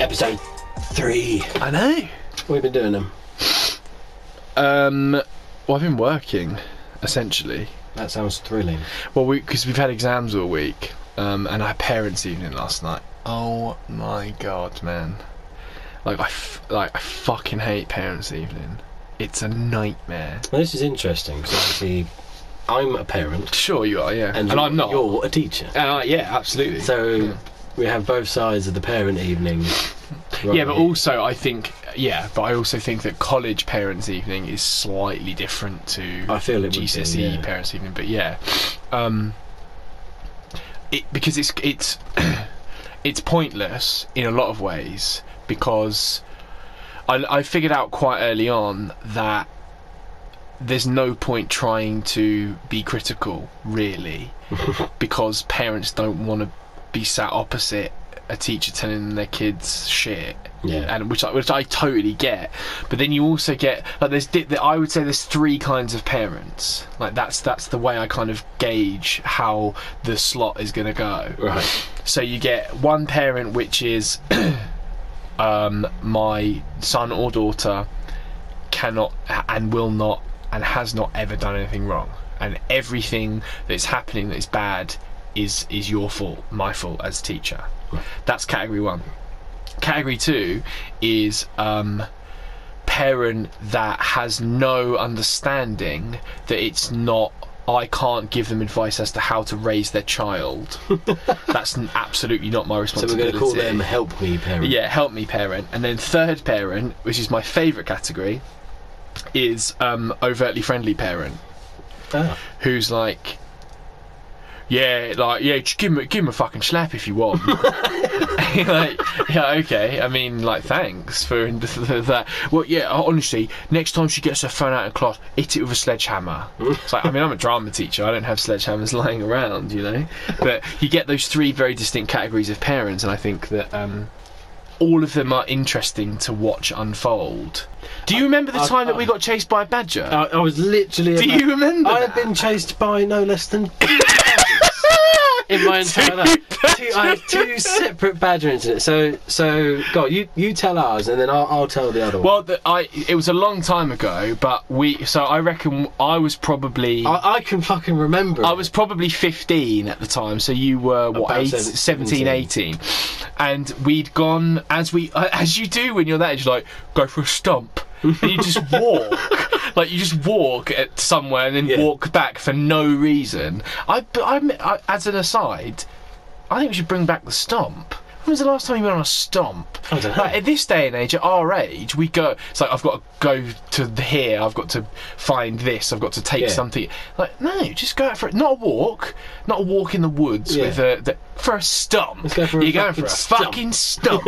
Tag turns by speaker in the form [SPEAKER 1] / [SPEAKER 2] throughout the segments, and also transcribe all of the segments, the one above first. [SPEAKER 1] Episode three.
[SPEAKER 2] I know.
[SPEAKER 1] We've been doing them.
[SPEAKER 2] Um, well, I've been working essentially.
[SPEAKER 1] That sounds thrilling.
[SPEAKER 2] Well, because we, have had exams all week, um, and I had parents' evening last night. Oh my god, man! Like I, f- like I fucking hate parents' evening. It's a nightmare.
[SPEAKER 1] Now, this is interesting because obviously I'm a parent
[SPEAKER 2] Sure, you are, yeah, and,
[SPEAKER 1] you're-
[SPEAKER 2] I'm not.
[SPEAKER 1] You're a teacher.
[SPEAKER 2] And I- yeah, absolutely.
[SPEAKER 1] So we have both sides of the parent evening.
[SPEAKER 2] yeah,
[SPEAKER 1] Right.
[SPEAKER 2] but also I think, yeah, but I also think that college parents' evening is slightly different to
[SPEAKER 1] I feel it would be,
[SPEAKER 2] GCSE
[SPEAKER 1] yeah.
[SPEAKER 2] E parents' evening. But yeah, um, it, because it's it's it's pointless in a lot of ways because I, I figured out quite early on that there's no point trying to be critical really because parents don't want to be sat opposite a teacher telling their kids shit
[SPEAKER 1] Yeah.
[SPEAKER 2] and which I, which I totally get but then you also get like there's di- that I would say there's three kinds of parents like that's that's the way I kind of gauge how the slot is going to go
[SPEAKER 1] Right.
[SPEAKER 2] so you get one parent which is um, my son or daughter cannot and will not and has not ever done anything wrong and everything that's happening that's bad is is your fault my fault as teacher that's category one category two is um parent that has no understanding that it's not I can't give them advice as to how to raise their child. That's n- absolutely not my
[SPEAKER 1] So we're
[SPEAKER 2] responsibility.
[SPEAKER 1] going to call them help me parent.
[SPEAKER 2] Yeah, help me parent. And then third parent, which is my favourite category, is um, overtly friendly parent,
[SPEAKER 1] Ah,
[SPEAKER 2] who's like, yeah, like yeah, just give him a- give him a fucking slap if you want. like, yeah, okay. I mean, like, thanks for that. Well, yeah, honestly, next time she gets her phone out of class, hit it with a sledgehammer. it's like, I mean, I'm a drama teacher. I don't have sledgehammers lying around, you know. But you get those three very distinct categories of parents, and I think that um, all of them are interesting to watch unfold. Do you remember the
[SPEAKER 1] I-
[SPEAKER 2] time that we got chased by a badger?
[SPEAKER 1] I, I was literally.
[SPEAKER 2] Do
[SPEAKER 1] about-
[SPEAKER 2] you remember?
[SPEAKER 1] I have
[SPEAKER 2] that?
[SPEAKER 1] been chased by no less than in my entire life. Two, I have two separate badger incidents. So, so, God, you you tell ours, and then I'll, I'll tell the other one.
[SPEAKER 2] Well, the, I it was a long time ago, but we. So I reckon I was probably.
[SPEAKER 1] I, I can fucking remember.
[SPEAKER 2] I was probably 15 at the time, so you were what
[SPEAKER 1] About
[SPEAKER 2] eight,
[SPEAKER 1] seven-
[SPEAKER 2] 17, 18, and we'd gone as we uh, as you do when you're that age, like go for a stomp, and you just walk, like you just walk at somewhere and then
[SPEAKER 1] Yeah.
[SPEAKER 2] walk back for no reason. I, but I'm, I as an aside, I think we should bring back the stomp. When was the last time you went on a stomp?
[SPEAKER 1] I don't know.
[SPEAKER 2] Like, at this day and age, at our age, we go. It's like I've got to go to here. I've got to find this. I've got to take
[SPEAKER 1] Yeah.
[SPEAKER 2] something. Like no, just go out for it. Not a walk. Not a walk in the woods
[SPEAKER 1] Yeah.
[SPEAKER 2] with a the, for a stump.
[SPEAKER 1] Let's go for a
[SPEAKER 2] You're going for a
[SPEAKER 1] fucking
[SPEAKER 2] fucking stump.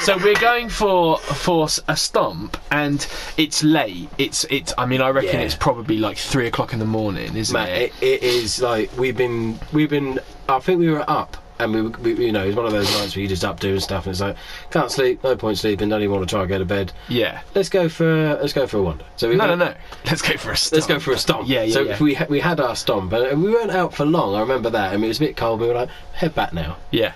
[SPEAKER 2] so we're going for for s- a stump, and it's late. It's it's. I mean, I reckon
[SPEAKER 1] Yeah.
[SPEAKER 2] it's probably like three o'clock in the morning, isn't
[SPEAKER 1] Matt,
[SPEAKER 2] it?
[SPEAKER 1] it, it is like we've been we've been. I think we were up, and we, were- we you know it's one of those nights where you just up doing stuff, and it's like can't sleep, no point sleeping, don't even want to try and go to bed.
[SPEAKER 2] yeah.
[SPEAKER 1] Let's go for let's go for a wander. So we
[SPEAKER 2] No, no,
[SPEAKER 1] went-
[SPEAKER 2] no. Let's go for a stump.
[SPEAKER 1] Let's go for a stomp.
[SPEAKER 2] Yeah, yeah,
[SPEAKER 1] So
[SPEAKER 2] yeah.
[SPEAKER 1] we ha- we had our stomp, and we weren't out for long. I remember that, and it was a bit cold. We were like, head back now,
[SPEAKER 2] Yeah.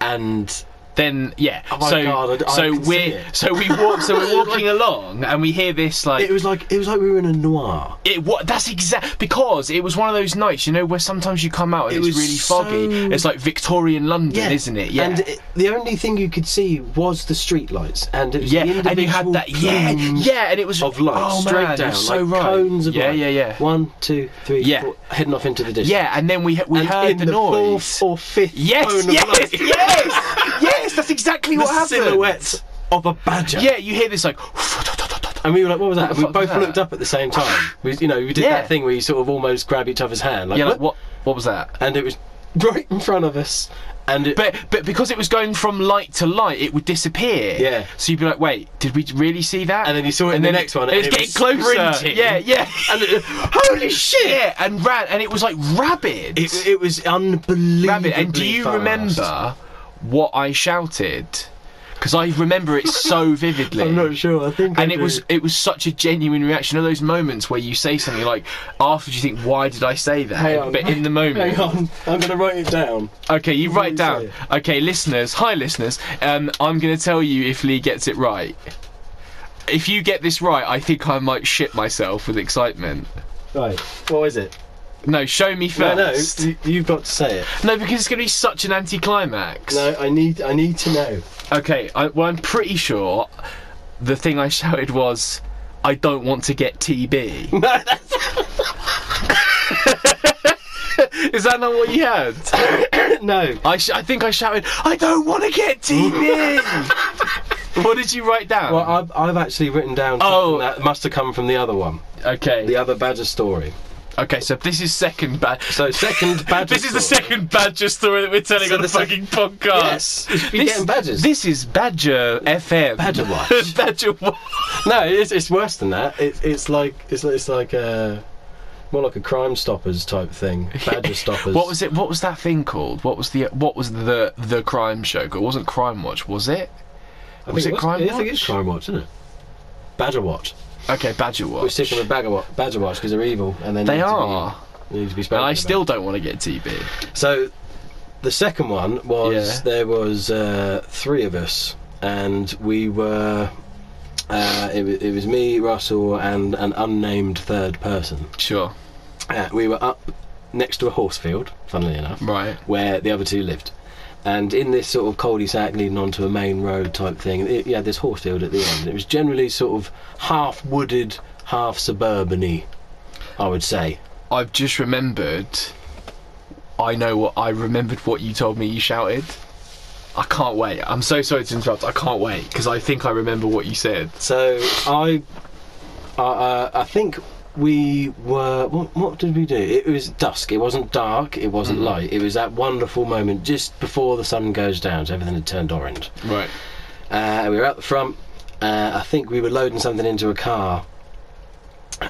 [SPEAKER 1] and
[SPEAKER 2] then yeah.
[SPEAKER 1] Oh my
[SPEAKER 2] so
[SPEAKER 1] God, I- I
[SPEAKER 2] so
[SPEAKER 1] can see
[SPEAKER 2] we're
[SPEAKER 1] it.
[SPEAKER 2] so we walk so we're walking along and we hear this like
[SPEAKER 1] it was like it was like we were in a noir.
[SPEAKER 2] it what that's exact because it was one of those nights you know where sometimes you come out and
[SPEAKER 1] It
[SPEAKER 2] it's
[SPEAKER 1] was
[SPEAKER 2] really foggy.
[SPEAKER 1] so-
[SPEAKER 2] It's like Victorian London, isn't it? Yeah.
[SPEAKER 1] And it, the only thing you could see was the streetlights, and it was
[SPEAKER 2] yeah,
[SPEAKER 1] the
[SPEAKER 2] and you had
[SPEAKER 1] individual
[SPEAKER 2] that. Yeah,
[SPEAKER 1] plumes
[SPEAKER 2] yeah, and it was
[SPEAKER 1] Of lights
[SPEAKER 2] Oh
[SPEAKER 1] straight
[SPEAKER 2] man,
[SPEAKER 1] down,
[SPEAKER 2] you're so
[SPEAKER 1] like
[SPEAKER 2] right.
[SPEAKER 1] cones of
[SPEAKER 2] yeah,
[SPEAKER 1] light.
[SPEAKER 2] yeah, yeah,
[SPEAKER 1] One, two, three,
[SPEAKER 2] Yeah.
[SPEAKER 1] four, heading off into the distance.
[SPEAKER 2] yeah. And then we we
[SPEAKER 1] and
[SPEAKER 2] heard
[SPEAKER 1] in the,
[SPEAKER 2] noise.
[SPEAKER 1] fourth or fifth
[SPEAKER 2] yes,
[SPEAKER 1] cone of
[SPEAKER 2] yes,
[SPEAKER 1] light,
[SPEAKER 2] yes, yes. That's exactly
[SPEAKER 1] the
[SPEAKER 2] what happened.
[SPEAKER 1] silhouette of a badger.
[SPEAKER 2] Yeah, you hear this like.
[SPEAKER 1] And we were like, "What was that?"
[SPEAKER 2] What
[SPEAKER 1] And
[SPEAKER 2] the
[SPEAKER 1] we
[SPEAKER 2] fuck was
[SPEAKER 1] both
[SPEAKER 2] that?
[SPEAKER 1] looked up at the same time. We, you know, we did
[SPEAKER 2] Yeah.
[SPEAKER 1] that thing where you sort of almost grab each other's hand, like,
[SPEAKER 2] Yeah, like,
[SPEAKER 1] "What?"
[SPEAKER 2] what? What was that?
[SPEAKER 1] and it was right in front of us. And it,
[SPEAKER 2] But but because it was going from light to light, it would disappear.
[SPEAKER 1] Yeah.
[SPEAKER 2] So you'd be like, wait, did we really see that?
[SPEAKER 1] And then you saw it in the next one,
[SPEAKER 2] It
[SPEAKER 1] and
[SPEAKER 2] was
[SPEAKER 1] it
[SPEAKER 2] getting
[SPEAKER 1] was
[SPEAKER 2] closer.
[SPEAKER 1] sprinting.
[SPEAKER 2] Yeah, yeah.
[SPEAKER 1] and it,
[SPEAKER 2] Holy shit! Yeah, and ran, and it was like rabid.
[SPEAKER 1] it, it was unbelievable.
[SPEAKER 2] rabid. And do you remember what I shouted? because I remember it so vividly.
[SPEAKER 1] I'm not sure. I think.
[SPEAKER 2] and
[SPEAKER 1] I
[SPEAKER 2] it
[SPEAKER 1] do.
[SPEAKER 2] was it was such a genuine reaction. Of those moments where you say something like, afterwards you think, why did I say that?
[SPEAKER 1] Hang on.
[SPEAKER 2] But in the moment,
[SPEAKER 1] Hang on, I'm gonna write it down.
[SPEAKER 2] okay, you write
[SPEAKER 1] you
[SPEAKER 2] down. Okay, listeners, hi listeners. Um, I'm going to tell you if Lee gets it right. If you get this right, I think I might shit myself with excitement.
[SPEAKER 1] Right, what is it?
[SPEAKER 2] No, show me
[SPEAKER 1] No, no,
[SPEAKER 2] first.
[SPEAKER 1] you, you've got to say it.
[SPEAKER 2] No, because it's going to be such an anticlimax.
[SPEAKER 1] No, I need, I need to know.
[SPEAKER 2] Okay, I, well, I'm pretty sure the thing I shouted was, I don't want to get TB.
[SPEAKER 1] No, that's,
[SPEAKER 2] Is that not what you had?
[SPEAKER 1] no.
[SPEAKER 2] I, sh- I think I shouted, I don't want to get TB! what did you write down?
[SPEAKER 1] Well, I've, I've actually written down something
[SPEAKER 2] Oh.
[SPEAKER 1] that must have come from the other one,
[SPEAKER 2] okay.
[SPEAKER 1] the other Badger story.
[SPEAKER 2] Okay, so this is second bad.
[SPEAKER 1] So second Badger.
[SPEAKER 2] This is the
[SPEAKER 1] story.
[SPEAKER 2] second badger story that we're telling
[SPEAKER 1] So
[SPEAKER 2] on the
[SPEAKER 1] the sec-
[SPEAKER 2] fucking
[SPEAKER 1] Yes,
[SPEAKER 2] podcast.
[SPEAKER 1] you should be getting badgers.
[SPEAKER 2] This is Badger FM.
[SPEAKER 1] Badger Watch.
[SPEAKER 2] badger Watch.
[SPEAKER 1] No, it's, it's worse than that. It's it's like it's it's like a more like a Crime Stoppers type thing. Badger Stoppers.
[SPEAKER 2] What was it? What was that thing called? What was the what was the the crime show? called? It wasn't Crime Watch, was it?
[SPEAKER 1] I think
[SPEAKER 2] was it Crime
[SPEAKER 1] I think it's
[SPEAKER 2] Watch?
[SPEAKER 1] Crime Watch, isn't it? Badger Watch.
[SPEAKER 2] Okay, Badger
[SPEAKER 1] We
[SPEAKER 2] Watch.
[SPEAKER 1] stick them with Badger Watch, Badger Watch because they're evil and they
[SPEAKER 2] They
[SPEAKER 1] need
[SPEAKER 2] are,
[SPEAKER 1] To be, need to be spoken
[SPEAKER 2] and I
[SPEAKER 1] about.
[SPEAKER 2] still don't want to get TB.
[SPEAKER 1] So the second one was
[SPEAKER 2] Yeah.
[SPEAKER 1] there was uh, three of us and we were. Uh, it, wa- it was me, Russell, and an unnamed third person.
[SPEAKER 2] Sure,
[SPEAKER 1] Uh, we were up next to a horse field, funnily enough.
[SPEAKER 2] right.
[SPEAKER 1] where the other two lived. And in this sort of cul-de-sac leading onto a main road type thing, it, you had this horse field at the end. It was generally sort of half wooded, half suburban-y, I would say.
[SPEAKER 2] I've just remembered. I know what I remembered. What you told me you shouted. I can't wait. I'm so sorry to interrupt. I can't wait because I think I remember what you said.
[SPEAKER 1] So I, I- uh, I think we were. What, what did we do? It was dusk. It wasn't dark. It wasn't light. It was that wonderful moment just before the sun goes down. So everything had turned orange.
[SPEAKER 2] Right.
[SPEAKER 1] Uh, we were out the front. Uh, I think we were loading something into a car,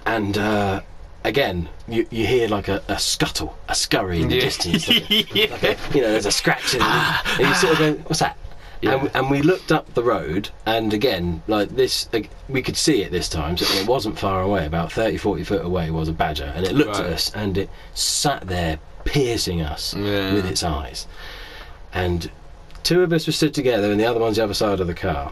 [SPEAKER 1] and uh, again, you, you hear like a, a scuttle, a scurry in the distance. Like a-
[SPEAKER 2] yeah.
[SPEAKER 1] you know, there's a scratch, in it, and you sort of go, "What's that?" And, and we looked up the road, and again, like this, like, we could see it this time, so it wasn't far away. About 30, 40 foot away was a badger, and it looked at
[SPEAKER 2] Right.
[SPEAKER 1] us, and it sat there piercing us
[SPEAKER 2] Yeah.
[SPEAKER 1] with its eyes. And two of us were stood together, and the other one's the other side of the car.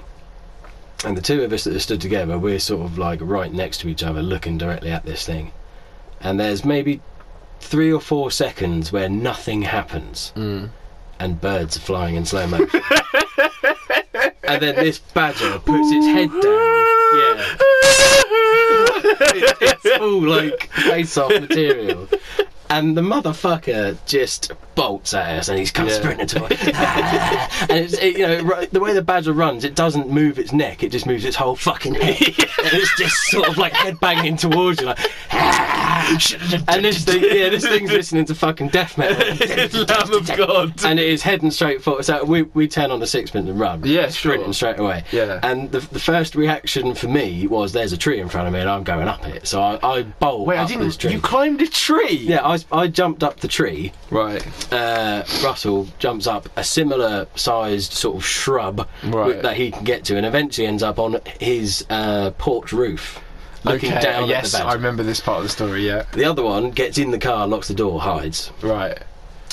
[SPEAKER 1] And the two of us that are stood together, we're sort of like right next to each other, looking directly at this thing. And there's maybe three or four seconds where nothing happens, and birds are flying in slow motion. and then this badger puts its head down. Yeah, it's all like face-off material. And the motherfucker just bolts at us, and he's kind
[SPEAKER 2] Yeah.
[SPEAKER 1] of sprinting towards. and it's, it, you know ru- the way the badger runs, it doesn't move its neck; it just moves its whole fucking head, and it's just sort of like head banging towards you, like. And this thing, yeah, this thing's listening to fucking death metal,
[SPEAKER 2] Lamb of God.
[SPEAKER 1] and it is heading straight for us. So we we turn on the sixpence and run,
[SPEAKER 2] Yeah, sure.
[SPEAKER 1] sprinting straight away.
[SPEAKER 2] Yeah.
[SPEAKER 1] And the, the first reaction for me was, "There's a tree in front of me, and I'm going up it." So I, I bolt
[SPEAKER 2] Wait,
[SPEAKER 1] up
[SPEAKER 2] I
[SPEAKER 1] this
[SPEAKER 2] didn't.
[SPEAKER 1] tree.
[SPEAKER 2] You climbed a tree.
[SPEAKER 1] yeah, I, I jumped up the tree.
[SPEAKER 2] Right.
[SPEAKER 1] Uh, Russell jumps up a similar sized sort of shrub
[SPEAKER 2] Right.
[SPEAKER 1] with- that he can get to, and eventually ends up on his uh, porch roof, looking
[SPEAKER 2] okay.
[SPEAKER 1] down
[SPEAKER 2] yes,
[SPEAKER 1] at the
[SPEAKER 2] I
[SPEAKER 1] bed.
[SPEAKER 2] remember this part of the story. Yeah.
[SPEAKER 1] The other one gets in the car, locks the door, hides.
[SPEAKER 2] Right.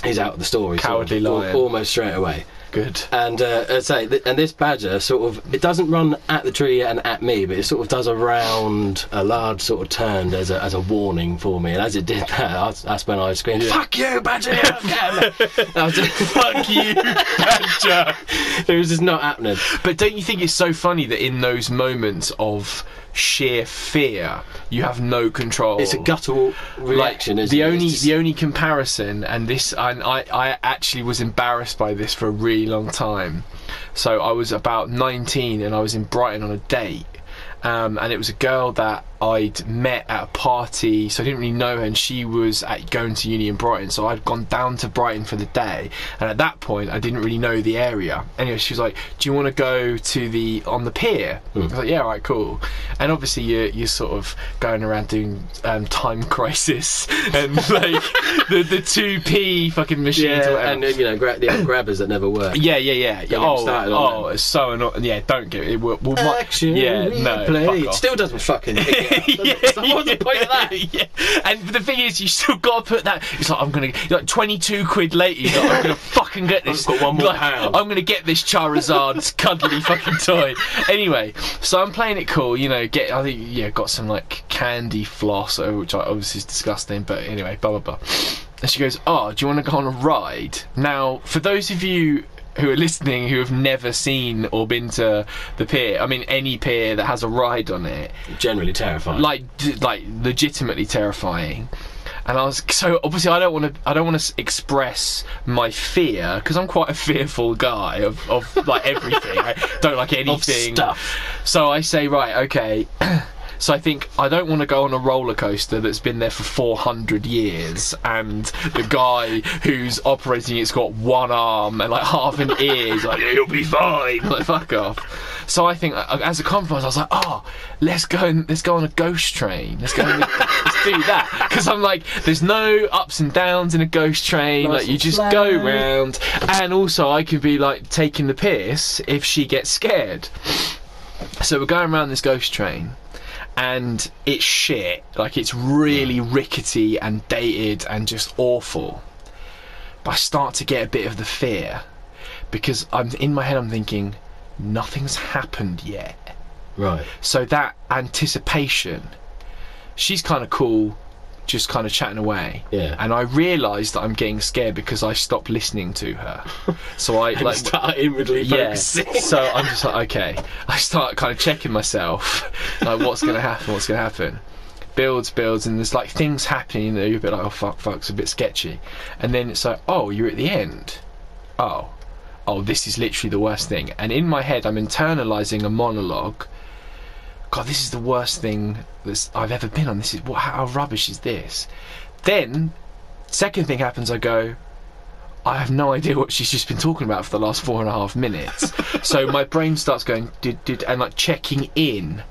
[SPEAKER 1] He's out of the story.
[SPEAKER 2] Cowardly
[SPEAKER 1] sort of, al-
[SPEAKER 2] lion.
[SPEAKER 1] Almost straight away.
[SPEAKER 2] Good.
[SPEAKER 1] and uh, as I say, th- and this badger sort of it doesn't run at the tree and at me, but it sort of does a round, a large sort of turn as a as a warning for me. And as it did that, I, that's when I screamed, "Fuck you, badger!" you scum!" I was just-
[SPEAKER 2] Fuck you, badger.
[SPEAKER 1] it was just not happening.
[SPEAKER 2] But don't you think it's so funny that in those moments of sheer fear, you have no control?
[SPEAKER 1] It's a guttural
[SPEAKER 2] Oh. Like,
[SPEAKER 1] reaction. isn't
[SPEAKER 2] the
[SPEAKER 1] it? It's
[SPEAKER 2] only
[SPEAKER 1] just-
[SPEAKER 2] the only comparison, and this, and I, I actually was embarrassed by this for a really long time. So I was about 19, and I was in Brighton on a date, um, and it was a girl that I'd met at a party, so I didn't really know her, and she was at going to uni in Brighton, so I'd gone down to Brighton for the day, and at that point I didn't really know the area. Anyway, she was like, "Do you want to go to the on the pier?"
[SPEAKER 1] Hmm.
[SPEAKER 2] I was like, "Yeah, all right, cool." And obviously you're you're sort of going around doing um, time crisis and like the the two p fucking machines. or whatever.
[SPEAKER 1] Yeah, and uh, you know, gra- the old grabbers that never work.
[SPEAKER 2] Yeah, yeah, yeah. yeah.
[SPEAKER 1] Don't get me
[SPEAKER 2] Oh,
[SPEAKER 1] started on
[SPEAKER 2] oh,
[SPEAKER 1] that.
[SPEAKER 2] it's so annoying. Yeah, don't get it. We'll, we'll mi-
[SPEAKER 1] Action
[SPEAKER 2] yeah, no,
[SPEAKER 1] replay.
[SPEAKER 2] fuck off.
[SPEAKER 1] Still doesn't fucking. Pick it up. What's the point of that?
[SPEAKER 2] Yeah. And the thing is, you still got to put that. It's like I'm gonna you're like 22 quid later. You're like, I'm gonna fucking get this.
[SPEAKER 1] got one more
[SPEAKER 2] like,
[SPEAKER 1] pound.
[SPEAKER 2] I'm gonna get this Charizard's cuddly fucking toy. Anyway, so I'm playing it cool. You know, get I think yeah, got some like candy floss, uh, which I obviously is disgusting. But anyway, blah blah blah. And she goes, "Oh, do you want to go on a ride?" Now, for those of you who are listening who have never seen or been to the pier, I mean any pier that has a ride on it,
[SPEAKER 1] Generally terrifying.
[SPEAKER 2] like d- like legitimately terrifying and I was so obviously I don't want to I don't want to express my fear because I'm quite a fearful guy of, of like everything I don't like anything
[SPEAKER 1] stuff.
[SPEAKER 2] so I say right okay so I think I don't want to go on a roller coaster that's been there for 400 years and the guy who's operating it's got one arm and like half an ear is like you'll be fine like fuck off so I think uh, as a compromise I was like oh let's go and let's go on a ghost train let's go and, let's do that because I'm like there's no ups and downs in a ghost train
[SPEAKER 1] Nice
[SPEAKER 2] like you
[SPEAKER 1] and
[SPEAKER 2] just
[SPEAKER 1] slow.
[SPEAKER 2] go round and also I could be like taking the piss if she gets scared so we're going around this ghost train, and it's shit. Like it's really rickety and dated and just awful. But I start to get a bit of the fear because I'm in my head. I'm thinking nothing's happened yet.
[SPEAKER 1] right.
[SPEAKER 2] So that anticipation, she's kind of cool, just kind of chatting away.
[SPEAKER 1] Yeah.
[SPEAKER 2] And I realise that I'm getting scared because I stopped listening to her. So I
[SPEAKER 1] Like
[SPEAKER 2] like
[SPEAKER 1] start inwardly
[SPEAKER 2] yeah.
[SPEAKER 1] focusing.
[SPEAKER 2] So I'm just like, okay. I start kind of checking myself, like what's going to happen, what's going to happen. Builds, builds, and there's like things happening that you're a bit like, oh fuck, fuck, it's a bit sketchy. And then it's like, oh, you're at the end. Oh, oh, this is literally the worst thing. And in my head, I'm internalizing a monologue. God, this is the worst thing that's I've ever been on. This is what, how rubbish is this? Then, second thing happens. I go, I have no idea what she's just been talking about for the last four and a half minutes. so my brain starts going did did and like checking in.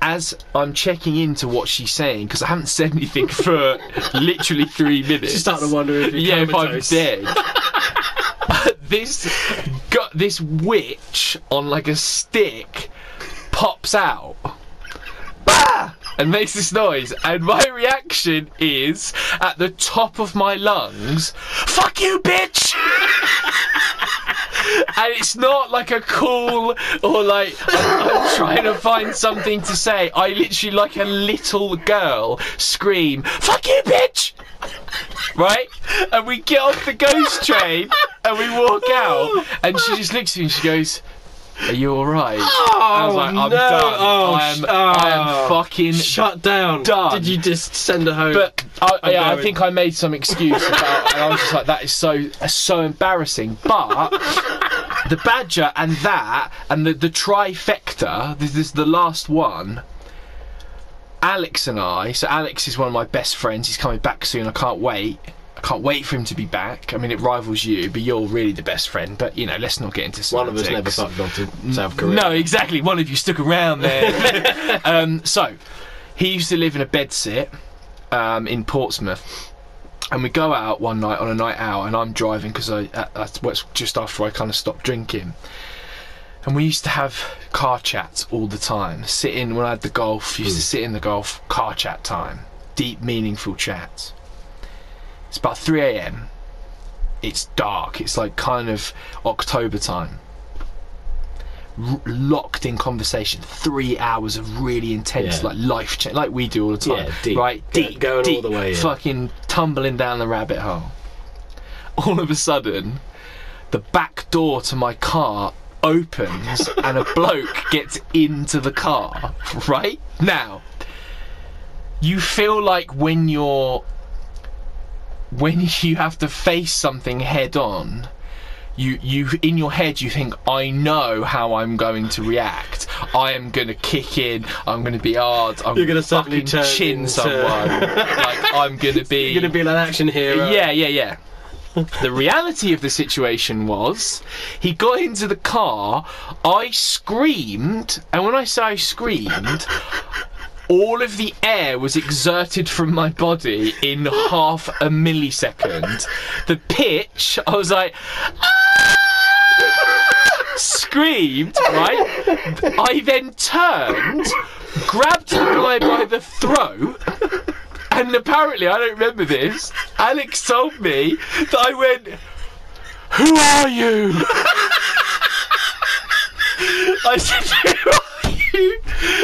[SPEAKER 2] As I'm checking into what she's saying, because I haven't said anything for literally three minutes.
[SPEAKER 1] Just starting to wonder if you're
[SPEAKER 2] yeah, if I'm
[SPEAKER 1] comatose.
[SPEAKER 2] dead. this got this witch on like a stick pops out bah! and makes this noise. And my reaction is at the top of my lungs, fuck you, bitch! and it's not like a cool or like I'm, I'm trying to find something to say. I literally, like a little girl, scream, fuck you, bitch! Right? And we get off the ghost train and we walk out. And she just looks at me and she goes, are you alright? I was like, I'm
[SPEAKER 1] no.
[SPEAKER 2] done.
[SPEAKER 1] Oh,
[SPEAKER 2] I am,
[SPEAKER 1] sh-
[SPEAKER 2] I am
[SPEAKER 1] oh.
[SPEAKER 2] fucking
[SPEAKER 1] Shut down.
[SPEAKER 2] Done.
[SPEAKER 1] Did you just send her home?
[SPEAKER 2] but I,
[SPEAKER 1] I'm
[SPEAKER 2] yeah, I
[SPEAKER 1] going.
[SPEAKER 2] think I made some excuse about, and I was just like, that is so so embarrassing. But the badger and that and the the trifecta, this is the last one. Alex and I, so Alex is one of my best friends. He's coming back soon. I can't wait. I can't wait for him to be back. I mean, it rivals you, but you're really the best friend. But you know, let's not get into
[SPEAKER 1] one of us never
[SPEAKER 2] semantics.
[SPEAKER 1] fucked on to South Korea.
[SPEAKER 2] No, exactly. One of you stuck around there. um, so, he used to live in a bed sit um, in Portsmouth. And we go out one night on a night out, and I'm driving because I uh, that's what's just after I kind of stopped drinking. And we used to have car chats all the time. Sit in when I had the golf, used to sit in the golf car chat time, deep, meaningful chats. It's about 3 a.m. It's dark. It's like kind of October time r- locked in conversation, three hours of really intense,
[SPEAKER 1] Yeah.
[SPEAKER 2] like life change, like we do all the time,
[SPEAKER 1] Yeah, deep.
[SPEAKER 2] right?
[SPEAKER 1] Go-
[SPEAKER 2] Deep,
[SPEAKER 1] going all
[SPEAKER 2] deep,
[SPEAKER 1] the way in.
[SPEAKER 2] fucking tumbling down the rabbit hole. All of a sudden, the back door to my car opens and a bloke gets into the car. Right now, you feel like when you're when you have to face something head on you you in your head you think I know how I'm going to react. I am going to kick in. I'm going to be hard. I'm
[SPEAKER 1] You're gonna suddenly
[SPEAKER 2] fucking
[SPEAKER 1] turn
[SPEAKER 2] chin
[SPEAKER 1] into-
[SPEAKER 2] someone. like I'm going to be.
[SPEAKER 1] You're going to be an action hero.
[SPEAKER 2] Yeah, yeah, yeah. The reality of the situation was he got into the car, I screamed, and when I say I screamed, all of the air was exerted from my body in half a millisecond. The pitch, I was like, "Ah!" screamed, right? I then turned, grabbed the guy by the throat, and apparently, I don't remember this. Alex told me that I went, Who are you? I said, Who are you?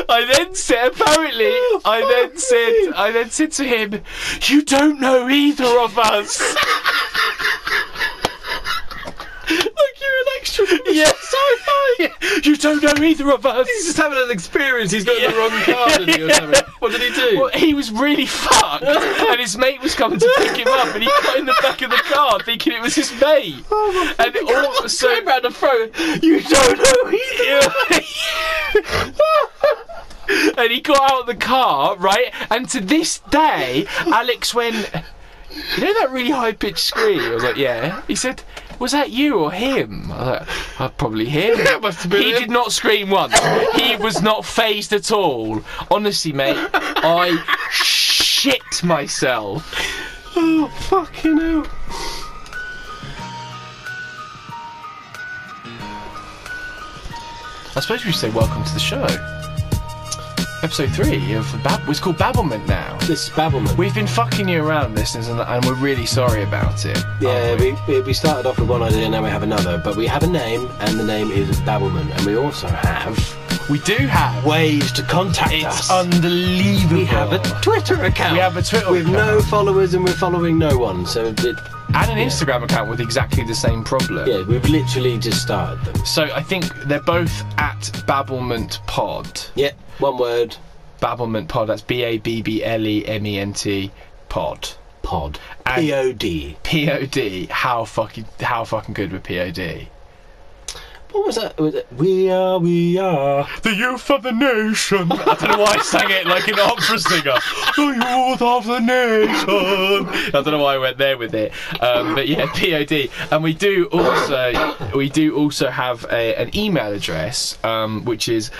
[SPEAKER 2] I then said, apparently, I then said, I then said to him, You don't know either of us.
[SPEAKER 1] Like you're an extra.
[SPEAKER 2] yes, I know. You don't know either of us.
[SPEAKER 1] He's just having an experience. He's got the
[SPEAKER 2] Yeah.
[SPEAKER 1] wrong card. And he was having... What did he do?
[SPEAKER 2] Well, he was really fucked, and his mate was coming to pick him up, and he got in the back of the car thinking it was his mate.
[SPEAKER 1] Oh,
[SPEAKER 2] and all, so
[SPEAKER 1] Came round the throat. You don't know either.
[SPEAKER 2] and he got out of the car, right? And to this day, Alex went, You know that really high pitched scream? I was like, Yeah. He said, Was that you or him? I was like, "Uh, Probably him.
[SPEAKER 1] That must have been
[SPEAKER 2] He
[SPEAKER 1] him.
[SPEAKER 2] did not scream once. He was not phased at all. Honestly, mate, I shit myself.
[SPEAKER 1] Oh, fucking hell.
[SPEAKER 2] I suppose we should say welcome to the show. Episode three of Bab- was called Babblement now.
[SPEAKER 1] This is Babblement.
[SPEAKER 2] We've been fucking you around, listeners, and, and we're really sorry about it.
[SPEAKER 1] Yeah,
[SPEAKER 2] aren't
[SPEAKER 1] we, we, we started off with one idea, now we have another. But we have a name, and the name is Babblement. And we also have
[SPEAKER 2] we do have.
[SPEAKER 1] ways to contact us.
[SPEAKER 2] It's unbelievable.
[SPEAKER 1] we have a Twitter account.
[SPEAKER 2] We have a Twitter
[SPEAKER 1] with no
[SPEAKER 2] account.
[SPEAKER 1] followers, and we're following no one. So it,
[SPEAKER 2] and an Instagram account with exactly the same problem.
[SPEAKER 1] yeah, we've literally just started them.
[SPEAKER 2] So I think they're both at Babblement Pod.
[SPEAKER 1] Yeah, one word.
[SPEAKER 2] Babblement Pod. That's B A B B L E M E N T Pod.
[SPEAKER 1] Pod.
[SPEAKER 2] And-
[SPEAKER 1] P O D.
[SPEAKER 2] POD. How fucking how fucking good were POD?
[SPEAKER 1] What was that? Was it, we are, we are.
[SPEAKER 2] The youth of the nation. I don't know why I sang it like an opera singer. The youth of the nation. I don't know why I went there with it, um, but yeah, POD. And we do also we do also have a, an email address, um, which is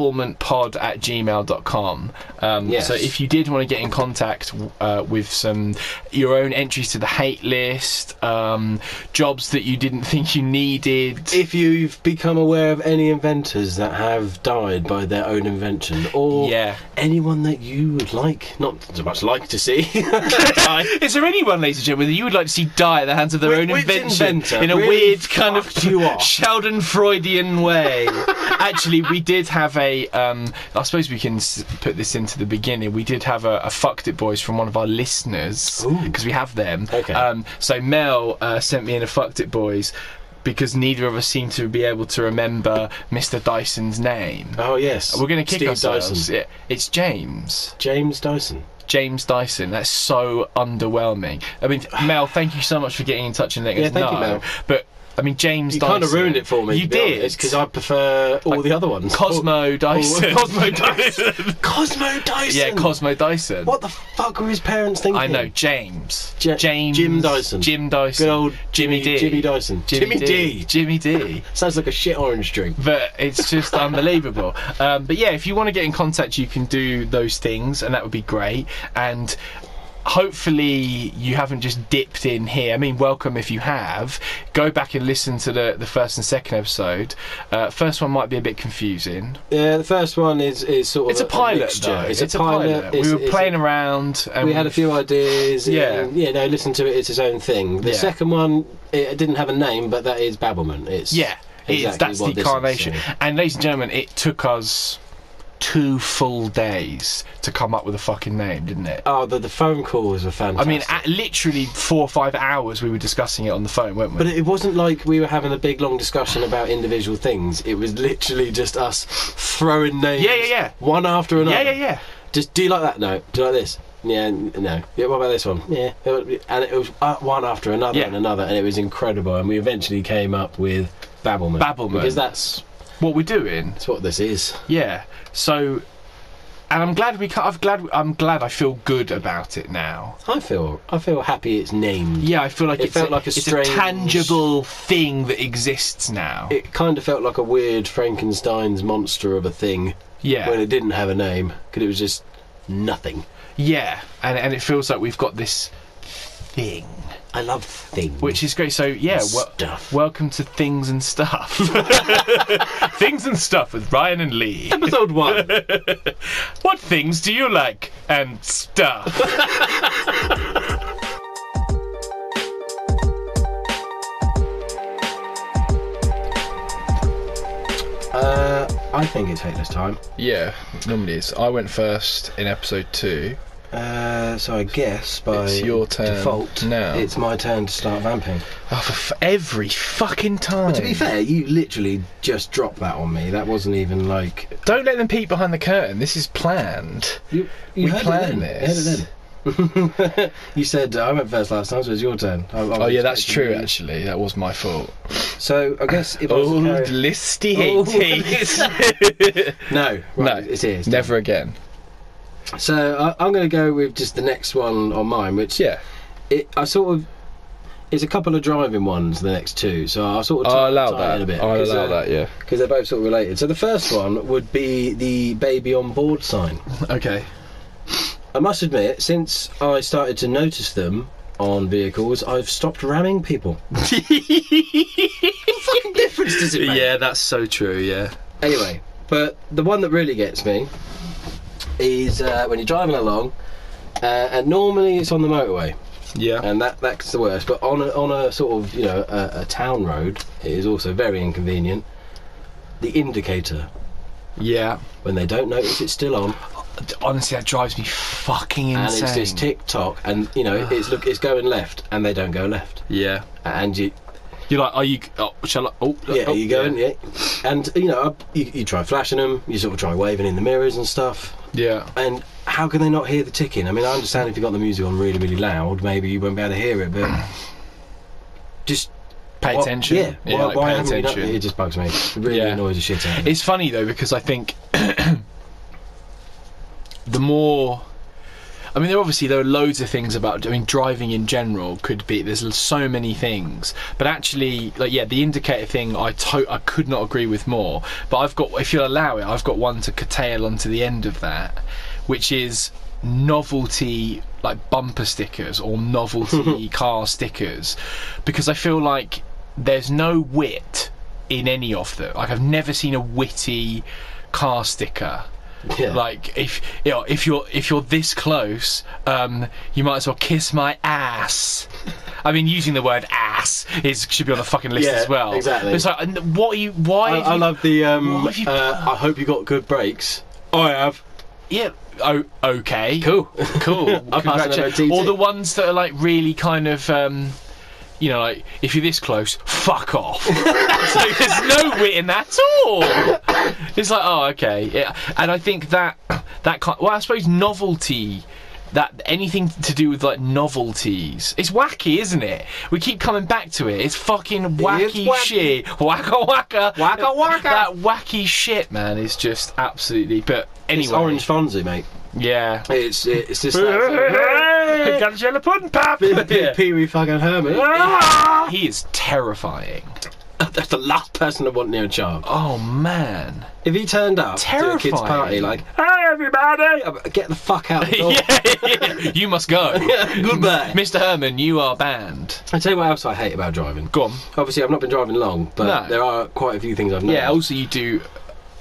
[SPEAKER 2] babblementpod at gmail.com. Um,
[SPEAKER 1] Yes.
[SPEAKER 2] So if you did want to get in contact uh, with some your own entries to the hate list, um, jobs that you didn't think you needed.
[SPEAKER 1] If you've become aware of any inventors that have died by their own invention, or
[SPEAKER 2] Yeah.
[SPEAKER 1] anyone that you would like, not so much like to see, die.
[SPEAKER 2] Is there anyone, ladies and gentlemen, that you would like to see die at the hands of their
[SPEAKER 1] Wh-
[SPEAKER 2] own
[SPEAKER 1] which
[SPEAKER 2] invention
[SPEAKER 1] inventor
[SPEAKER 2] in a
[SPEAKER 1] really
[SPEAKER 2] weird kind of
[SPEAKER 1] fucked you off?
[SPEAKER 2] Sheldon Freudian way? Actually, we did have a. Um, I suppose we can s- put this into the beginning. We did have a, a fucked it boys from one of our listeners
[SPEAKER 1] Ooh.
[SPEAKER 2] because we have them.
[SPEAKER 1] Okay.
[SPEAKER 2] Um, so Mel uh, sent me in a fucked it boys. Because neither of us seemed to be able to remember Mr. Dyson's name.
[SPEAKER 1] Oh yes,
[SPEAKER 2] We're going to kick
[SPEAKER 1] Steve
[SPEAKER 2] ourselves.
[SPEAKER 1] Dyson.
[SPEAKER 2] Yeah, it's James.
[SPEAKER 1] James Dyson.
[SPEAKER 2] James Dyson. That's so underwhelming. I mean, Mel, thank you so much for getting in touch and letting
[SPEAKER 1] Yeah,
[SPEAKER 2] us
[SPEAKER 1] thank
[SPEAKER 2] know.
[SPEAKER 1] you, Mel.
[SPEAKER 2] But I mean, James
[SPEAKER 1] You
[SPEAKER 2] Dyson.
[SPEAKER 1] kind of ruined it for me.
[SPEAKER 2] You did.
[SPEAKER 1] because I prefer all the other ones.
[SPEAKER 2] Cosmo Dyson.
[SPEAKER 1] Cosmo Dyson. Oh, Cosmo Dyson.
[SPEAKER 2] yeah, Cosmo Dyson.
[SPEAKER 1] What the fuck were his parents thinking?
[SPEAKER 2] I know James.
[SPEAKER 1] Ja-
[SPEAKER 2] James.
[SPEAKER 1] Jim Dyson.
[SPEAKER 2] Jim Dyson.
[SPEAKER 1] Good old
[SPEAKER 2] Jimmy D.
[SPEAKER 1] Jimmy Dyson.
[SPEAKER 2] Jimmy, D. Jimmy D.
[SPEAKER 1] Sounds like a shit orange drink.
[SPEAKER 2] but it's just unbelievable. Um, but yeah, if you want to get in contact, you can do those things, and that would be great. And hopefully, you haven't just dipped in here. I mean, welcome if you have. Go back and listen to the, the first and second episode. Uh, first one might be a bit confusing.
[SPEAKER 1] Yeah, the first one is, is sort of
[SPEAKER 2] It's a pilot,
[SPEAKER 1] mixture.
[SPEAKER 2] though.
[SPEAKER 1] It's, a pilot. It's-
[SPEAKER 2] we were
[SPEAKER 1] it's-
[SPEAKER 2] playing around. And
[SPEAKER 1] We had a few ideas.
[SPEAKER 2] Yeah.
[SPEAKER 1] and, yeah. No, listen to it. It's its own thing. The
[SPEAKER 2] Yeah.
[SPEAKER 1] second one, it didn't have a name, but that is Babblement. It's
[SPEAKER 2] Yeah, it is.
[SPEAKER 1] exactly
[SPEAKER 2] That's
[SPEAKER 1] what
[SPEAKER 2] the
[SPEAKER 1] this is,
[SPEAKER 2] carnation.
[SPEAKER 1] so-
[SPEAKER 2] And ladies and gentlemen, it took us two full days to come up with a fucking name, didn't it?
[SPEAKER 1] Oh, the, the phone calls were
[SPEAKER 2] I
[SPEAKER 1] fantastic.
[SPEAKER 2] mean, at literally four or five hours we were discussing it on the phone, weren't we?
[SPEAKER 1] But it wasn't like we were having a big long discussion about individual things. It was literally just us throwing names.
[SPEAKER 2] Yeah, yeah, yeah.
[SPEAKER 1] One after another.
[SPEAKER 2] yeah, yeah, yeah.
[SPEAKER 1] Just do you like that? No. Do you like this? Yeah, n- no. Yeah, what about this one? Yeah, It was- and it was uh, one after another
[SPEAKER 2] Yeah.
[SPEAKER 1] and another, and it was incredible. And we eventually came up with Babblement.
[SPEAKER 2] Babblement.
[SPEAKER 1] because that's
[SPEAKER 2] What we're doing,
[SPEAKER 1] that's what this is.
[SPEAKER 2] yeah. So, and I'm glad we. ca- I'm glad. I'm glad. I feel good about it now.
[SPEAKER 1] I feel I feel happy it's named.
[SPEAKER 2] Yeah, I feel like
[SPEAKER 1] It
[SPEAKER 2] it's
[SPEAKER 1] felt
[SPEAKER 2] a,
[SPEAKER 1] like a
[SPEAKER 2] it's
[SPEAKER 1] strange-
[SPEAKER 2] a tangible thing that exists now.
[SPEAKER 1] It kind of felt like a weird Frankenstein's monster of a thing
[SPEAKER 2] yeah,
[SPEAKER 1] when it didn't have a name, because it was just nothing.
[SPEAKER 2] yeah, and and it feels like we've got this thing,
[SPEAKER 1] I love things.
[SPEAKER 2] which is great. So yeah,
[SPEAKER 1] and
[SPEAKER 2] wel-
[SPEAKER 1] stuff.
[SPEAKER 2] welcome to things and stuff. things and stuff with Ryan and Lee.
[SPEAKER 1] Episode one.
[SPEAKER 2] What things do you like and stuff?
[SPEAKER 1] uh, I think it's Hateless Time.
[SPEAKER 2] Yeah, normally it's. I went first in episode two.
[SPEAKER 1] Uh, so I guess by
[SPEAKER 3] It's your turn
[SPEAKER 1] default,
[SPEAKER 3] now.
[SPEAKER 1] it's my turn to start vamping.
[SPEAKER 2] Oh, for f- every fucking time.
[SPEAKER 1] To be fair, you literally just dropped that on me. That wasn't even like
[SPEAKER 3] Don't let them peek behind the curtain. This is planned.
[SPEAKER 1] you. you
[SPEAKER 3] We
[SPEAKER 1] heard it
[SPEAKER 3] planned
[SPEAKER 1] then.
[SPEAKER 3] this.
[SPEAKER 1] You heard it then. you said uh, I went first last time, so it's your turn. I, I was
[SPEAKER 3] Oh yeah, that's
[SPEAKER 1] expecting
[SPEAKER 3] true.
[SPEAKER 1] you-
[SPEAKER 3] Actually, that was my fault.
[SPEAKER 1] So I guess if I
[SPEAKER 3] Old
[SPEAKER 1] was to carry-
[SPEAKER 3] listy
[SPEAKER 1] Old
[SPEAKER 3] hates.
[SPEAKER 1] no,
[SPEAKER 3] no,
[SPEAKER 1] right, it's here. it's
[SPEAKER 3] Never again.
[SPEAKER 1] done. So I, I'm going to go with just the next one on mine, which
[SPEAKER 3] Yeah,
[SPEAKER 1] it, I sort of. It's a couple of driving ones, the next two, so I'll sort of
[SPEAKER 3] I'll
[SPEAKER 1] tie-
[SPEAKER 3] allow
[SPEAKER 1] tie
[SPEAKER 3] that.
[SPEAKER 1] in a bit.
[SPEAKER 3] I'll
[SPEAKER 1] 'cause,
[SPEAKER 3] allow
[SPEAKER 1] uh,
[SPEAKER 3] that. Yeah.
[SPEAKER 1] because they're both sort of related. So the first one would be the baby on board sign.
[SPEAKER 2] Okay.
[SPEAKER 1] I must admit, since I started to notice them on vehicles, I've stopped ramming people. what fucking difference does it make?
[SPEAKER 2] that's so true. Yeah.
[SPEAKER 1] Anyway, but the one that really gets me is uh, when you're driving along, uh, and normally it's on the motorway,
[SPEAKER 2] Yeah.
[SPEAKER 1] and that that's the worst. But on a, on a sort of you know a, a town road, it is also very inconvenient. The indicator
[SPEAKER 2] yeah.
[SPEAKER 1] when they don't notice it's still on.
[SPEAKER 2] Honestly, that drives me fucking
[SPEAKER 1] and
[SPEAKER 2] insane.
[SPEAKER 1] it's just tick tock, and you know it's look it's going left, and they don't go left,
[SPEAKER 2] yeah.
[SPEAKER 1] and you
[SPEAKER 2] You're like, are you? Oh, shall I? Oh,
[SPEAKER 1] yeah
[SPEAKER 2] oh,
[SPEAKER 1] you going yeah. and you know you, you try flashing them, you sort of try waving in the mirrors and stuff,
[SPEAKER 2] Yeah.
[SPEAKER 1] and how can they not hear the ticking? I mean, I understand if you got the music on really really loud, maybe you won't be able to hear it, but just why-
[SPEAKER 2] Pay Hmm. attention.
[SPEAKER 1] Yeah, why,
[SPEAKER 2] like,
[SPEAKER 1] why
[SPEAKER 2] pay
[SPEAKER 1] haven't you not-
[SPEAKER 2] attention.
[SPEAKER 1] It just bugs me. It really
[SPEAKER 2] Yeah.
[SPEAKER 1] annoys the shit out of me.
[SPEAKER 2] It's funny though because I think the more, I mean, there obviously there are loads of things about. I mean, driving in general could be there's l- so many things, but actually, like yeah, the indicator thing I to- I could not agree with more. But I've got, if you'll allow it, I've got one to curtail onto the end of that, which is novelty like bumper stickers or novelty car stickers, because I feel like there's no wit in any of them. Like I've never seen a witty car sticker.
[SPEAKER 1] Yeah.
[SPEAKER 2] Like if you know, if you're if you're this close, um, you might as well kiss my ass. I mean, using the word ass is should be on the fucking list
[SPEAKER 1] Yeah,
[SPEAKER 2] as well.
[SPEAKER 1] exactly.
[SPEAKER 2] But it's like, and what are you? Why?
[SPEAKER 1] I,
[SPEAKER 2] have
[SPEAKER 1] I
[SPEAKER 2] you-
[SPEAKER 1] love the. Um,
[SPEAKER 2] What have you-
[SPEAKER 1] uh, I hope you got good breaks. I have.
[SPEAKER 2] Yeah. Oh, okay.
[SPEAKER 1] Cool.
[SPEAKER 2] Cool.
[SPEAKER 1] I passed an
[SPEAKER 2] Congratu-
[SPEAKER 1] MOT
[SPEAKER 2] Or the
[SPEAKER 1] too.
[SPEAKER 2] ones that are like really kind of, um, you know, like if you're this close, fuck off. it's like there's no wit in that at all. It's like oh okay, yeah. And I think that that kind. Well, I suppose novelty. That anything to do with like novelties, it's wacky, isn't it? We keep coming back to it. It's fucking wacky,
[SPEAKER 1] wacky.
[SPEAKER 2] shit, waka waka,
[SPEAKER 1] Waka waka.
[SPEAKER 2] That wacky shit, man, is just absolutely. But anyway,
[SPEAKER 1] It's Orange Fonzie, mate.
[SPEAKER 2] yeah.
[SPEAKER 1] It's it's just like
[SPEAKER 2] yellow pudding pop.
[SPEAKER 1] Pee Wee fucking Herman.
[SPEAKER 2] He is terrifying.
[SPEAKER 1] That's the last person I want near a child.
[SPEAKER 2] Oh man.
[SPEAKER 1] If he turned up to a
[SPEAKER 2] Terrifying.
[SPEAKER 1] kid's party, like,
[SPEAKER 2] hey everybody.
[SPEAKER 1] get the fuck out the door.
[SPEAKER 2] yeah, yeah. You must go.
[SPEAKER 1] Goodbye.
[SPEAKER 2] Mr. Herman, you are banned.
[SPEAKER 1] I tell you what else I hate about driving.
[SPEAKER 2] Go on.
[SPEAKER 1] Obviously, I've not been driving long, but
[SPEAKER 2] No.
[SPEAKER 1] there are quite a few things I've
[SPEAKER 2] Yeah,
[SPEAKER 1] noticed.
[SPEAKER 2] also you do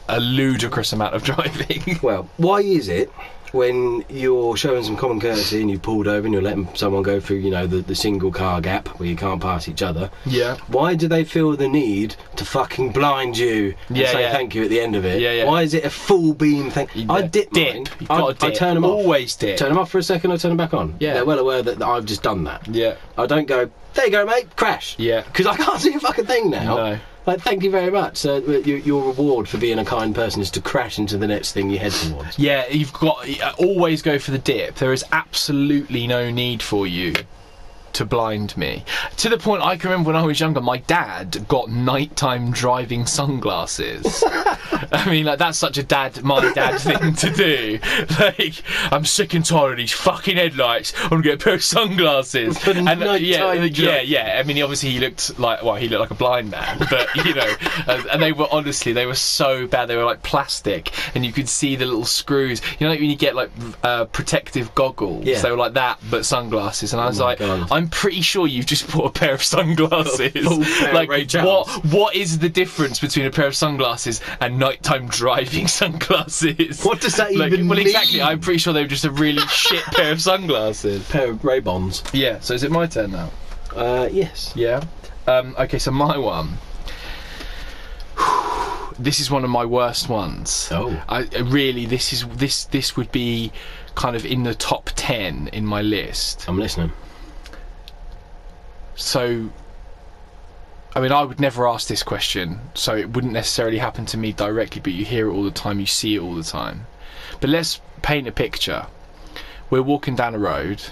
[SPEAKER 2] a ludicrous amount of driving.
[SPEAKER 1] Well, why is it when you're showing some common courtesy and you pulled over and you're letting someone go through, you know, the, the single car gap where you can't pass each other?
[SPEAKER 2] Yeah.
[SPEAKER 1] Why do they feel the need to fucking blind you and
[SPEAKER 2] Yeah,
[SPEAKER 1] say
[SPEAKER 2] yeah.
[SPEAKER 1] thank you at the end of it?
[SPEAKER 2] Yeah, yeah.
[SPEAKER 1] Why is it a full beam thing? I dip,
[SPEAKER 2] dip.
[SPEAKER 1] mine.
[SPEAKER 2] You've
[SPEAKER 1] I,
[SPEAKER 2] got to
[SPEAKER 1] I
[SPEAKER 2] dip.
[SPEAKER 1] turn them off.
[SPEAKER 2] Always dip.
[SPEAKER 1] Turn them off for a second, I turn them back on.
[SPEAKER 2] Yeah.
[SPEAKER 1] They're well aware that, that I've just done that.
[SPEAKER 2] Yeah.
[SPEAKER 1] I don't go, there you go, mate, crash.
[SPEAKER 2] Yeah.
[SPEAKER 1] Because I can't see a fucking thing now.
[SPEAKER 2] No.
[SPEAKER 1] Like, thank you very much. So, uh, your, your reward for being a kind person is to crash into the next thing you head towards.
[SPEAKER 2] Yeah, you've got uh, always go for the dip. There is absolutely no need for you to blind me. To the point I can remember when I was younger, my dad got nighttime driving sunglasses. I mean, like that's such a dad, my dad thing to do. Like, I'm sick and tired of these fucking headlights. I'm gonna get a pair of sunglasses.
[SPEAKER 1] For
[SPEAKER 2] and uh, yeah,
[SPEAKER 1] nighttime
[SPEAKER 2] yeah, yeah. I mean, he- obviously he looked like well, he looked like a blind man, but you know, and, and they were honestly they were so bad. They were like plastic, and you could see the little screws. You know, like when you get like uh, protective goggles,
[SPEAKER 1] Yeah. Oh
[SPEAKER 2] they were like that, but sunglasses. And I was
[SPEAKER 1] my
[SPEAKER 2] like,
[SPEAKER 1] God.
[SPEAKER 2] I'm pretty sure you've just bought a pair of sunglasses.
[SPEAKER 1] Full pair of
[SPEAKER 2] like,
[SPEAKER 1] Ray Charles.
[SPEAKER 2] what what is the difference between a pair of sunglasses and nighttime driving sunglasses?
[SPEAKER 1] What does that
[SPEAKER 2] Like,
[SPEAKER 1] even
[SPEAKER 2] well, exactly.
[SPEAKER 1] mean?
[SPEAKER 2] I'm pretty sure they were just a really shit pair of sunglasses.
[SPEAKER 1] pair of Ray-Bons.
[SPEAKER 2] Yeah. So is it my turn now?
[SPEAKER 1] Uh, yes.
[SPEAKER 2] Yeah. Um, okay, so my one. This is one of my worst ones.
[SPEAKER 1] Oh.
[SPEAKER 2] I I really this is this this would be kind of in the top 10 in my list.
[SPEAKER 1] I'm listening.
[SPEAKER 2] So I mean, I would never ask this question, so it wouldn't necessarily happen to me directly, but you hear it all the time, you see it all the time. But let's paint a picture. We're walking down a road,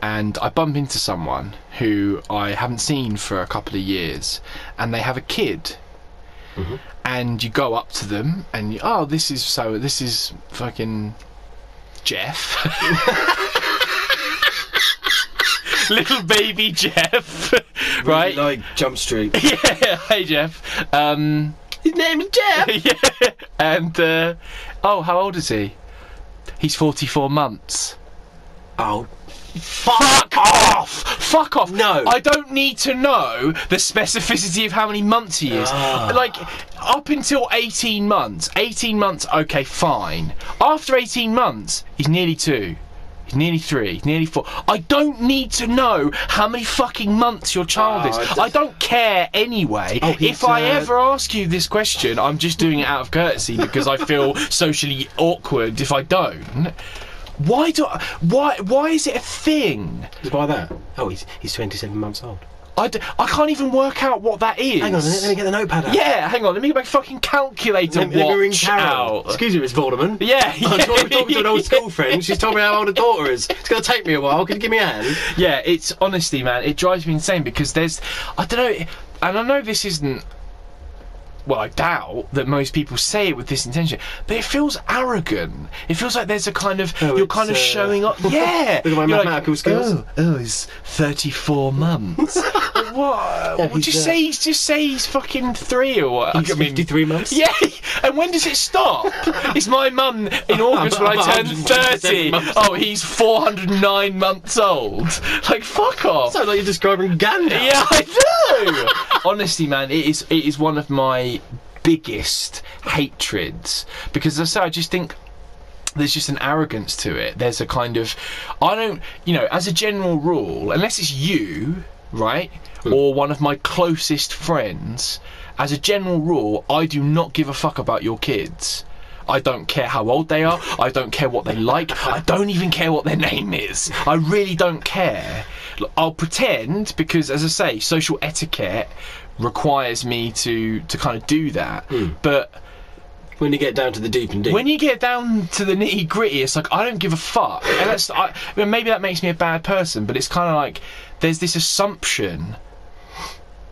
[SPEAKER 2] and I bump into someone who I haven't seen for a couple of years, and they have a kid. And you go up to them, and you, oh, this is so, this is fucking Jeff. Little baby Jeff, right?
[SPEAKER 1] Like Jump Street.
[SPEAKER 2] yeah, hey Jeff. Um,
[SPEAKER 1] His name is Jeff.
[SPEAKER 2] yeah, and uh, oh, how old is he? He's forty-four months.
[SPEAKER 1] Oh,
[SPEAKER 2] Fuck off! Fuck off!
[SPEAKER 1] No.
[SPEAKER 2] I don't need to know the specificity of how many months he is.
[SPEAKER 1] Ah.
[SPEAKER 2] Like, up until 18 months, 18 months, okay, fine. After 18 months, he's nearly two. He's nearly three, he's nearly four. I don't need to know how many fucking months your child
[SPEAKER 1] Oh,
[SPEAKER 2] is.
[SPEAKER 1] I just-
[SPEAKER 2] Ah, I don't care anyway.
[SPEAKER 1] Oh, he's,
[SPEAKER 2] if I
[SPEAKER 1] uh,
[SPEAKER 2] ever ask you this question, I'm just doing it out of courtesy because I feel socially awkward if I don't. Why do I, why why is it a thing?
[SPEAKER 1] by that. Oh, he's he's 27 months old.
[SPEAKER 2] I, d- I can't even work out what that is.
[SPEAKER 1] Hang on a minute. Let me get the notepad out.
[SPEAKER 2] yeah, hang on. Let me get my fucking calculator
[SPEAKER 1] Let me, let me ring
[SPEAKER 2] watch
[SPEAKER 1] Carol.
[SPEAKER 2] out.
[SPEAKER 1] Excuse me, Miss Vorderman.
[SPEAKER 2] Yeah,
[SPEAKER 1] I'm
[SPEAKER 2] yeah.
[SPEAKER 1] talking, talking to an old school friend. She's told me how old her daughter is. It's going to take me a while. Can you give me a hand?
[SPEAKER 2] yeah, it's honestly, man, it drives me insane because there's, I don't know, and I know this isn't. Well, I doubt that most people say it with this intention, but it feels arrogant. It feels like there's a kind of
[SPEAKER 1] Oh,
[SPEAKER 2] you're
[SPEAKER 1] it's,
[SPEAKER 2] kind of
[SPEAKER 1] uh,
[SPEAKER 2] showing up. Yeah,
[SPEAKER 1] Look at my
[SPEAKER 2] You're like,
[SPEAKER 1] mathematical skills.
[SPEAKER 2] Oh, oh, he's 34 months. what? what
[SPEAKER 1] he's,
[SPEAKER 2] just
[SPEAKER 1] uh,
[SPEAKER 2] say he's just say he's fucking three or what?
[SPEAKER 1] He's
[SPEAKER 2] I mean,
[SPEAKER 1] 53 months.
[SPEAKER 2] yeah, and when does it stop? it's my mum in August when I
[SPEAKER 1] I'm
[SPEAKER 2] turn
[SPEAKER 1] 127
[SPEAKER 2] 30.
[SPEAKER 1] months
[SPEAKER 2] Oh, he's 409 months old. Like, fuck off.
[SPEAKER 1] Sounds like you're describing Gandalf.
[SPEAKER 2] Yeah, I do. Honestly, man, it is it is one of my biggest hatreds because as I say I just think there's just an arrogance to it. There's a kind of I don't, you know, as a general rule, unless it's you, right, or one of my closest friends, as a general rule, I do not give a fuck about your kids. I don't care how old they are. I don't care what they like. I don't even care what their name is. I really don't care. Look, I'll pretend because, as I say, social etiquette requires me to to kind of do that. But
[SPEAKER 1] When you get down to the deep and deep.
[SPEAKER 2] when you get down to the nitty gritty, it's like I don't give a fuck. And that's I, well, maybe that makes me a bad person, but it's kind of like there's this assumption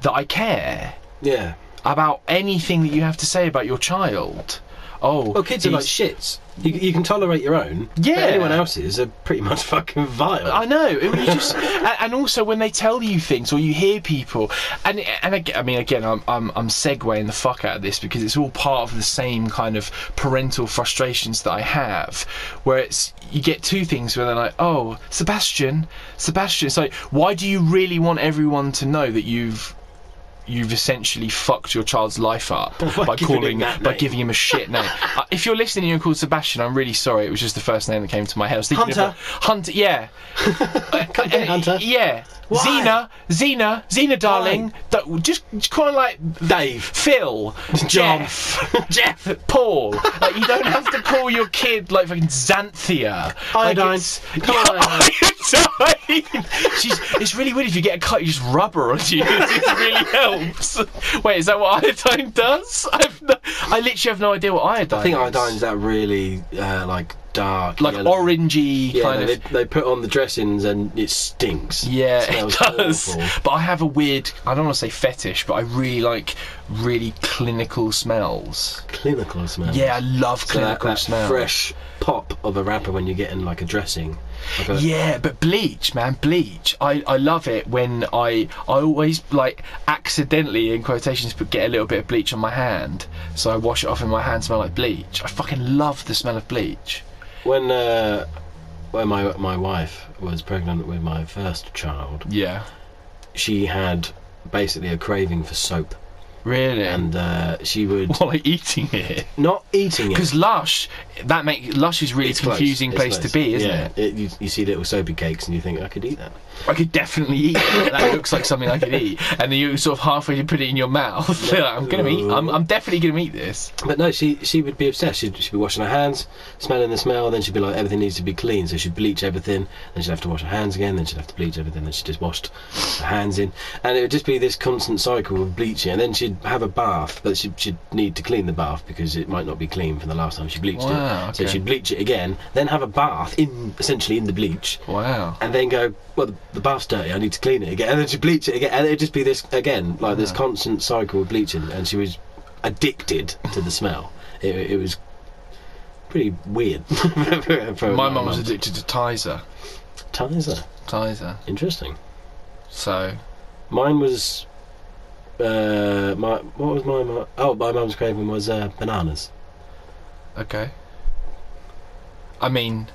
[SPEAKER 2] that I care
[SPEAKER 1] yeah.
[SPEAKER 2] about anything that you have to say about your child. Oh,
[SPEAKER 1] Well, kids are like
[SPEAKER 2] he's-
[SPEAKER 1] shits. You, you can tolerate your own. but
[SPEAKER 2] Yeah.
[SPEAKER 1] anyone else's are pretty much fucking vile.
[SPEAKER 2] I know. It was just, a- and also when they tell you things or you hear people, and and aga I mean again, I'm I'm I'm segueing the fuck out of this because it's all part of the same kind of parental frustrations that I have, where it's you get two things where they're like, oh, Sebastian, Sebastian, it's like, why do you really want everyone to know that you've you've essentially fucked your child's life up by,
[SPEAKER 1] giving him
[SPEAKER 2] calling
[SPEAKER 1] that
[SPEAKER 2] by
[SPEAKER 1] name.
[SPEAKER 2] giving him a shit name. uh, if you're listening and you're called Sebastian, I'm really sorry. It was just the first name that came to my head. I was thinking of
[SPEAKER 1] Hunter.
[SPEAKER 2] a- Hunter, yeah. Uh,
[SPEAKER 1] Come get
[SPEAKER 2] uh,
[SPEAKER 1] Hunter.
[SPEAKER 2] Yeah.
[SPEAKER 1] Why?
[SPEAKER 2] Xena, Xena, Xena, darling. Don't- just, just call him like
[SPEAKER 1] Dave.
[SPEAKER 2] Phil,
[SPEAKER 1] John.
[SPEAKER 2] Jeff,
[SPEAKER 1] Jeff.
[SPEAKER 2] Paul. Like, you don't have to call your kid like fucking Xanthia. Like,
[SPEAKER 1] Iodine.
[SPEAKER 2] it's-
[SPEAKER 1] Come on, iodine.
[SPEAKER 2] Iodine. She's, it's really weird if you get a cut, you just rub her on you. It really helps. salts. Wait, is that what iodine does? I've no, I literally have no idea what iodine.
[SPEAKER 1] I think
[SPEAKER 2] is.
[SPEAKER 1] iodine's that really uh, like dark,
[SPEAKER 2] like
[SPEAKER 1] yellow-
[SPEAKER 2] orangey
[SPEAKER 1] Yeah,
[SPEAKER 2] kind
[SPEAKER 1] no,
[SPEAKER 2] of.
[SPEAKER 1] they, they put on the dressings and it stinks.
[SPEAKER 2] Yeah,
[SPEAKER 1] Smells
[SPEAKER 2] it does.
[SPEAKER 1] awful.
[SPEAKER 2] But I have a weird, I don't want to say fetish, but I really like really clinical smells.
[SPEAKER 1] clinical smell.
[SPEAKER 2] Yeah, I love
[SPEAKER 1] So that,
[SPEAKER 2] clinical
[SPEAKER 1] that
[SPEAKER 2] smells.
[SPEAKER 1] fresh pop of a wrapper when you get in like a dressing. Like a,
[SPEAKER 2] Yeah, but bleach, man, bleach. I, I love it when I I always like accidentally in quotations but get a little bit of bleach on my hand, so I wash it off and my hand smell like bleach. I fucking love the smell of bleach.
[SPEAKER 1] When uh, when my my wife was pregnant with my first child,
[SPEAKER 2] Yeah,
[SPEAKER 1] she had basically a craving for soap,
[SPEAKER 2] really.
[SPEAKER 1] and uh, she would
[SPEAKER 2] while like eating it,
[SPEAKER 1] not eating it.
[SPEAKER 2] because lush that make lush is really
[SPEAKER 1] It's close,
[SPEAKER 2] confusing
[SPEAKER 1] it's
[SPEAKER 2] place
[SPEAKER 1] close.
[SPEAKER 2] to be, isn't
[SPEAKER 1] yeah,
[SPEAKER 2] it?
[SPEAKER 1] you, you see little soapy cakes and you think I could eat that.
[SPEAKER 2] I could definitely eat that. That looks like something I could eat. And then you sort of halfway put it in your mouth. You're like, I'm gonna eat. I'm, I'm definitely gonna eat this.
[SPEAKER 1] But no, she she would be obsessed. She'd, she'd be washing her hands, smelling the smell, then she'd be like, everything needs to be clean. So she'd bleach everything, then she'd have to wash her hands again, then she'd have to bleach everything, then she just washed her hands in. And it would just be this constant cycle of bleaching. And then she'd have a bath, but she'd, she'd need to clean the bath because it might not be clean from the last time she bleached
[SPEAKER 2] Wow,
[SPEAKER 1] it. So
[SPEAKER 2] okay.
[SPEAKER 1] she'd bleach it again, then have a bath in essentially in the bleach.
[SPEAKER 2] Wow.
[SPEAKER 1] And then go, well, the, the bath's dirty, I need to clean it again. And then she'd bleach it again. And it'd just be this, again, like this
[SPEAKER 2] Wow.
[SPEAKER 1] constant cycle of bleaching. And she was addicted to the smell. It, it was pretty weird.
[SPEAKER 2] My mum was addicted to Tizer.
[SPEAKER 1] Tizer.
[SPEAKER 2] Tizer.
[SPEAKER 1] Interesting.
[SPEAKER 2] So
[SPEAKER 1] Mine was. Uh, my what was my mu- oh my mum's craving was uh, bananas.
[SPEAKER 2] okay. I mean,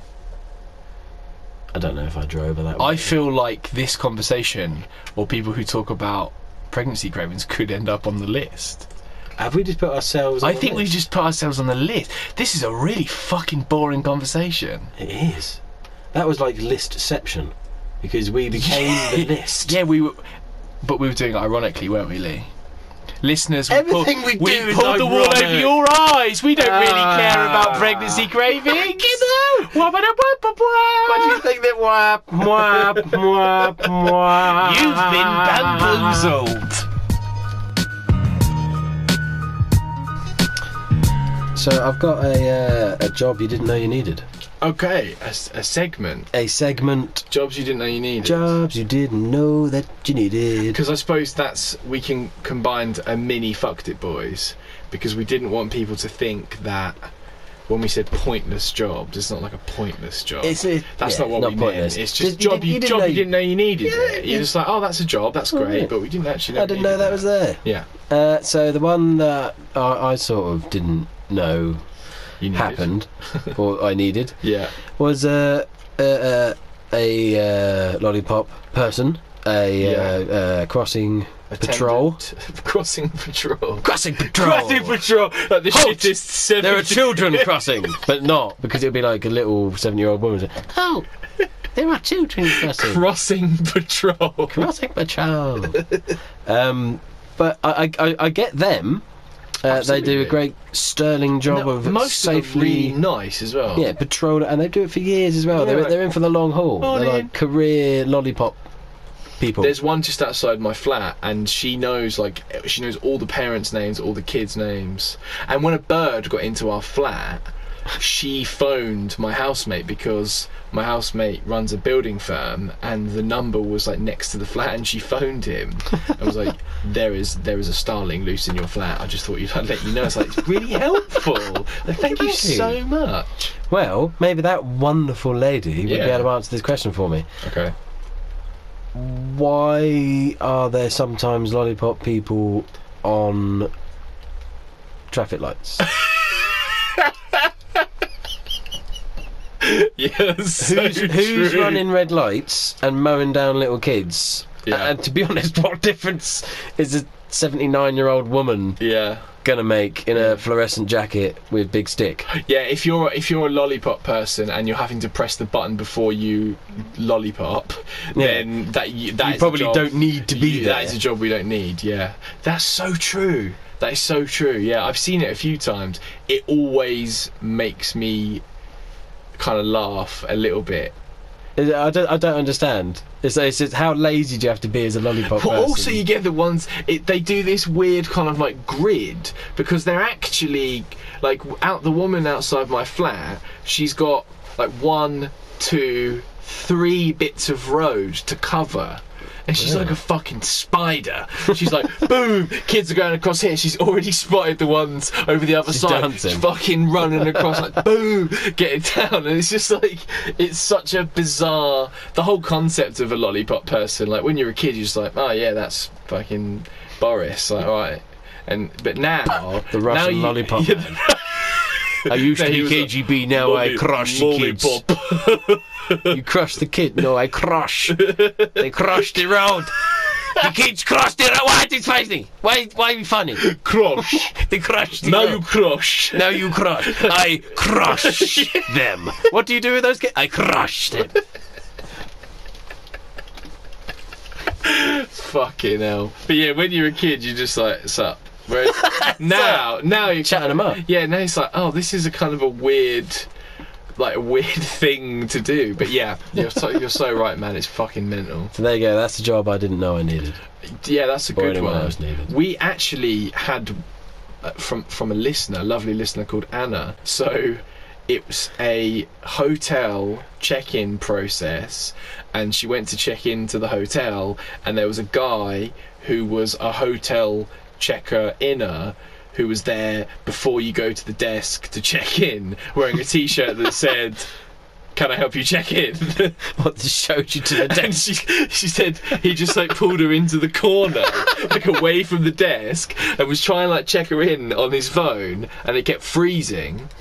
[SPEAKER 1] I don't know if I drove her that.
[SPEAKER 2] I
[SPEAKER 1] way.
[SPEAKER 2] feel like this conversation or people who talk about pregnancy cravings could end up on the list.
[SPEAKER 1] have we just put ourselves.
[SPEAKER 2] I
[SPEAKER 1] on
[SPEAKER 2] think
[SPEAKER 1] it?
[SPEAKER 2] we just put ourselves on the list. This is a really fucking boring conversation.
[SPEAKER 1] It is. That was like listception, because we became the list.
[SPEAKER 2] Yeah, we were, but we were doing it ironically, weren't we, Lee? Listeners, we
[SPEAKER 1] Everything
[SPEAKER 2] pulled,
[SPEAKER 1] we do is
[SPEAKER 2] pulled the wool over
[SPEAKER 1] ironic.
[SPEAKER 2] your eyes. We don't really care about
[SPEAKER 1] Ah.
[SPEAKER 2] pregnancy cravings.
[SPEAKER 1] You What do you
[SPEAKER 2] Wabba-da-wabba-wah.
[SPEAKER 1] think that wap wap wap wap?
[SPEAKER 2] You've been bamboozled.
[SPEAKER 1] So I've got a uh, a job you didn't know you needed.
[SPEAKER 3] Okay, a, s- a segment.
[SPEAKER 1] A segment
[SPEAKER 3] Jobs you didn't know you needed.
[SPEAKER 1] jobs you didn't know that you needed.
[SPEAKER 3] Because I suppose that's we can combine a mini fucked it boys because we didn't want people to think that when we said pointless jobs, it's not like a pointless job.
[SPEAKER 1] it,
[SPEAKER 3] that's not what we
[SPEAKER 1] pointless.
[SPEAKER 3] meant. It's just
[SPEAKER 1] Did-
[SPEAKER 3] job
[SPEAKER 1] did-
[SPEAKER 3] you,
[SPEAKER 1] didn't
[SPEAKER 3] job
[SPEAKER 1] know
[SPEAKER 3] you didn't know you needed.
[SPEAKER 1] Yeah,
[SPEAKER 3] it. You're
[SPEAKER 1] yeah.
[SPEAKER 3] just like, oh, that's a job. That's
[SPEAKER 1] Oh,
[SPEAKER 3] great,
[SPEAKER 1] yeah.
[SPEAKER 3] but we didn't actually. know
[SPEAKER 1] I
[SPEAKER 3] we
[SPEAKER 1] didn't know
[SPEAKER 3] needed
[SPEAKER 1] that was there.
[SPEAKER 3] Yeah,
[SPEAKER 1] Uh, so the one that I, I sort of didn't know
[SPEAKER 3] you needed.
[SPEAKER 1] happened, or I needed,
[SPEAKER 3] Yeah,
[SPEAKER 1] was uh, uh, uh, a uh, lollipop person, a uh, uh, crossing patrol.
[SPEAKER 3] Attendant- crossing patrol.
[SPEAKER 1] Crossing patrol.
[SPEAKER 3] Crossing patrol. Like the
[SPEAKER 1] Halt!
[SPEAKER 3] shittest. Seven-
[SPEAKER 1] There are children crossing, but not because it would be like a little seven-year-old woman. Saying, oh, there are children crossing.
[SPEAKER 3] crossing patrol.
[SPEAKER 1] crossing patrol. um, but I, I, I- I get them. Uh, they do
[SPEAKER 3] Absolutely.
[SPEAKER 1] a great sterling job
[SPEAKER 3] No, most of
[SPEAKER 1] of
[SPEAKER 3] them are
[SPEAKER 1] safely.
[SPEAKER 3] really nice as well.
[SPEAKER 1] yeah, patrol, and they do it for years as well.
[SPEAKER 3] Yeah,
[SPEAKER 1] they're,
[SPEAKER 3] like-
[SPEAKER 1] they're in for the long haul.
[SPEAKER 3] Morning.
[SPEAKER 1] They're like career lollipop people.
[SPEAKER 3] There's one just outside my flat, and she knows like she knows all the parents' names, all the kids' names. And when a bird got into our flat, she phoned my housemate because my housemate runs a building firm, and the number was like next to the flat, and she phoned him and was like, "There is there is a starling loose in your flat. I just thought you'd I'd let you know." It's like it's really helpful. Like, Thank you
[SPEAKER 1] Thank you.
[SPEAKER 3] so much.
[SPEAKER 1] Well, maybe that wonderful lady would be
[SPEAKER 3] Yeah.
[SPEAKER 1] able to answer this question for me.
[SPEAKER 3] Okay.
[SPEAKER 1] Why are there sometimes lollipop people on traffic lights?
[SPEAKER 3] Yes.
[SPEAKER 1] who's who's running red lights and mowing down little kids?
[SPEAKER 3] Yeah.
[SPEAKER 1] A- And to be honest, what difference is a 79 year old woman
[SPEAKER 3] Yeah.
[SPEAKER 1] going to make in a fluorescent jacket with big stick?
[SPEAKER 3] Yeah, if you're if you're a lollipop person and you're having to press the button before you lollipop,
[SPEAKER 1] Yeah.
[SPEAKER 3] then that you, that
[SPEAKER 1] You
[SPEAKER 3] is a
[SPEAKER 1] probably
[SPEAKER 3] job-
[SPEAKER 1] don't need to be
[SPEAKER 3] you-
[SPEAKER 1] there.
[SPEAKER 3] That is a job we don't need. Yeah, that's so true. That is so true. Yeah, I've seen it a few times. It always makes me kind of laugh a little bit
[SPEAKER 1] Is it- I don't, I don't understand. It's, it's, it's how lazy do you have to be as a lollipop
[SPEAKER 2] But
[SPEAKER 1] person?
[SPEAKER 2] also, you get the ones it, they do this weird kind of like grid because they're actually like out the woman outside my flat. She's got like one, two, three bits of road to cover. And she's like a fucking spider. She's like, boom, kids are going across here. She's already spotted the ones over the other
[SPEAKER 1] She's
[SPEAKER 2] side.
[SPEAKER 1] dancing.
[SPEAKER 2] She's fucking running across, like, boom, getting down. And it's just like, it's such a bizarre. The whole concept of a lollipop person, like, when you're a kid, you're just like, oh, yeah, that's fucking Boris. Like, all right. And, but now.
[SPEAKER 1] the Russian
[SPEAKER 2] now you-
[SPEAKER 1] lollipop.
[SPEAKER 2] Yeah,
[SPEAKER 1] man. I used to
[SPEAKER 2] No, he
[SPEAKER 1] be
[SPEAKER 2] was a
[SPEAKER 1] KGB, now I
[SPEAKER 2] lolli-
[SPEAKER 1] crush the kids.
[SPEAKER 2] lollipop.
[SPEAKER 1] You crush the kid? No, I crush. they crushed the road. The kids crushed the road. What is funny? Why, why are we funny?
[SPEAKER 2] Crush.
[SPEAKER 1] They crushed the
[SPEAKER 2] now
[SPEAKER 1] road.
[SPEAKER 2] you crush.
[SPEAKER 1] Now you crush. I crush them. What do you do with those kids? I crush them.
[SPEAKER 2] Fucking hell. But yeah, when you're a kid, you're just like, it's up. Whereas now, now you
[SPEAKER 1] Chatting them up.
[SPEAKER 2] Yeah, now it's like, oh, this is a kind of a weird, like a weird thing to do. But yeah, you're so, you're so right, man. It's fucking mental.
[SPEAKER 1] So there you go. That's a job I didn't know I needed.
[SPEAKER 2] Yeah, that's a
[SPEAKER 1] Or
[SPEAKER 2] good
[SPEAKER 1] anyone
[SPEAKER 2] one.
[SPEAKER 1] else needed.
[SPEAKER 2] We actually had uh, from from a listener, a lovely listener called Anna. So it was a hotel check-in process, and she went to check into the hotel, and there was a guy who was a hotel checker inner. Who was there before you go to the desk to check in, wearing a T-shirt that said, "Can I help you check in?"
[SPEAKER 1] What this showed you to the
[SPEAKER 2] And she, she said he just like pulled her into the corner, like away from the desk, and was trying to like check her in on his phone, and it kept freezing.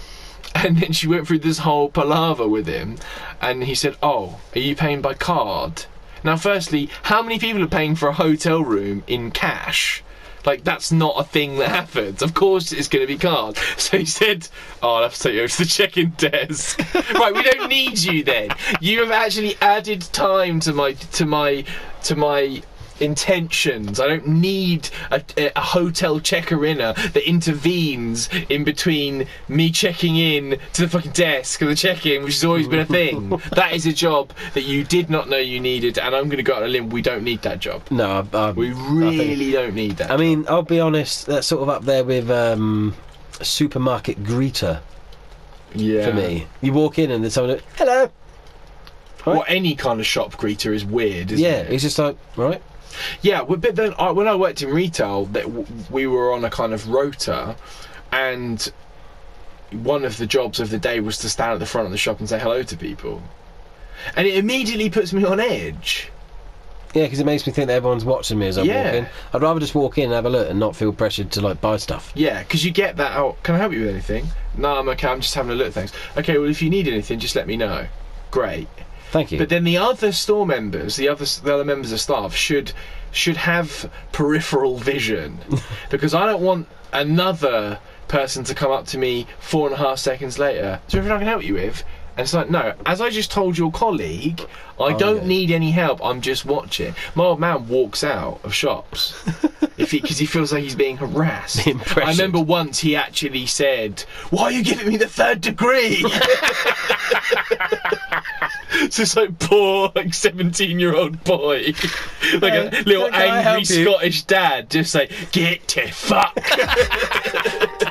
[SPEAKER 2] And then she went through this whole palaver with him, and he said, "Oh, are you paying by card?" Now, firstly, how many people are paying for a hotel room in cash? Like that's not a thing that happens. Of course, it's going to be card. So he said, "Oh, I'll have to take you over to the check-in desk." right, we don't need you then. You have actually added time to my to my to my intentions. I don't need a, a hotel checker inner that intervenes in between me checking in to the fucking desk and the check in, which has always been a thing. that is a job that you did not know you needed, and I'm going to go out on a limb. We don't need that job.
[SPEAKER 1] No, I, I,
[SPEAKER 2] We really don't need that.
[SPEAKER 1] I mean, I'll be honest. That's sort of up there with um, supermarket greeter
[SPEAKER 2] yeah.
[SPEAKER 1] for me. You walk in and there's someone. Hello.
[SPEAKER 2] Well, any kind of shop greeter is weird, isn't
[SPEAKER 1] Yeah,
[SPEAKER 2] it?
[SPEAKER 1] it's just like right.
[SPEAKER 2] Yeah, well, but then I, when I worked in retail, that w- we were on a kind of rota, and one of the jobs of the day was to stand at the front of the shop and say hello to people, and it immediately puts me on edge.
[SPEAKER 1] Yeah, because it makes me think that everyone's watching me as I
[SPEAKER 2] Yeah.
[SPEAKER 1] walk in. I'd rather just walk in and have a look and not feel pressured to like buy stuff.
[SPEAKER 2] Yeah, because you get that. Oh, can I help you with anything? No, I'm okay. I'm just having a look. Thanks. Okay, well, if you need anything, just let me know. Great.
[SPEAKER 1] Thank you.
[SPEAKER 2] But then the other store members, the other the other members of staff should should have peripheral vision, because I don't want another person to come up to me four and a half seconds later. So everything I can help you with. And it's like, no, as I just told your colleague, I don't
[SPEAKER 1] Oh, yeah.
[SPEAKER 2] need any help. I'm just watching. My old man walks out of shops if he because he feels like he's being harassed.
[SPEAKER 1] Being pressured.
[SPEAKER 2] I remember once he actually said, "Why are you giving me the third degree?" It's just like poor like seventeen year old boy, like
[SPEAKER 1] Yeah,
[SPEAKER 2] a little
[SPEAKER 1] can I help
[SPEAKER 2] angry
[SPEAKER 1] you?
[SPEAKER 2] Scottish dad, just like get to fuck.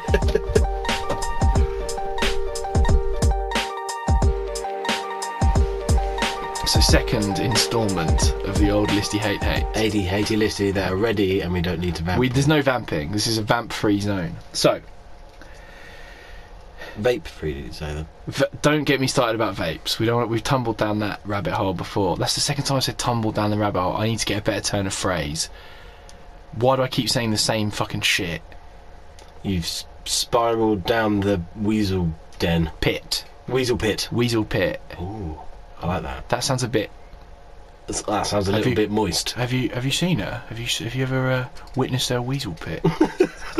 [SPEAKER 2] so second instalment of the old listy hate hate.
[SPEAKER 1] 80, 80 listy that are ready and we don't need to vamp.
[SPEAKER 2] We, there's no vamping. This is a vamp free zone. So
[SPEAKER 1] vape free, did say that?
[SPEAKER 2] V- don't get me started about vapes. We don't. want- We've tumbled down that rabbit hole before. That's the second time I said tumbled down the rabbit hole. I need to get a better turn of phrase. Why do I keep saying the same fucking shit?
[SPEAKER 1] You've s- spiraled down the weasel den,
[SPEAKER 2] Pit,
[SPEAKER 1] weasel pit.
[SPEAKER 2] weasel pit.
[SPEAKER 1] Ooh, I like that.
[SPEAKER 2] That sounds a bit.
[SPEAKER 1] That's- that sounds a
[SPEAKER 2] Have
[SPEAKER 1] little
[SPEAKER 2] you-
[SPEAKER 1] bit moist.
[SPEAKER 2] Have you have you seen her? Have you s- have you ever uh, witnessed her weasel pit?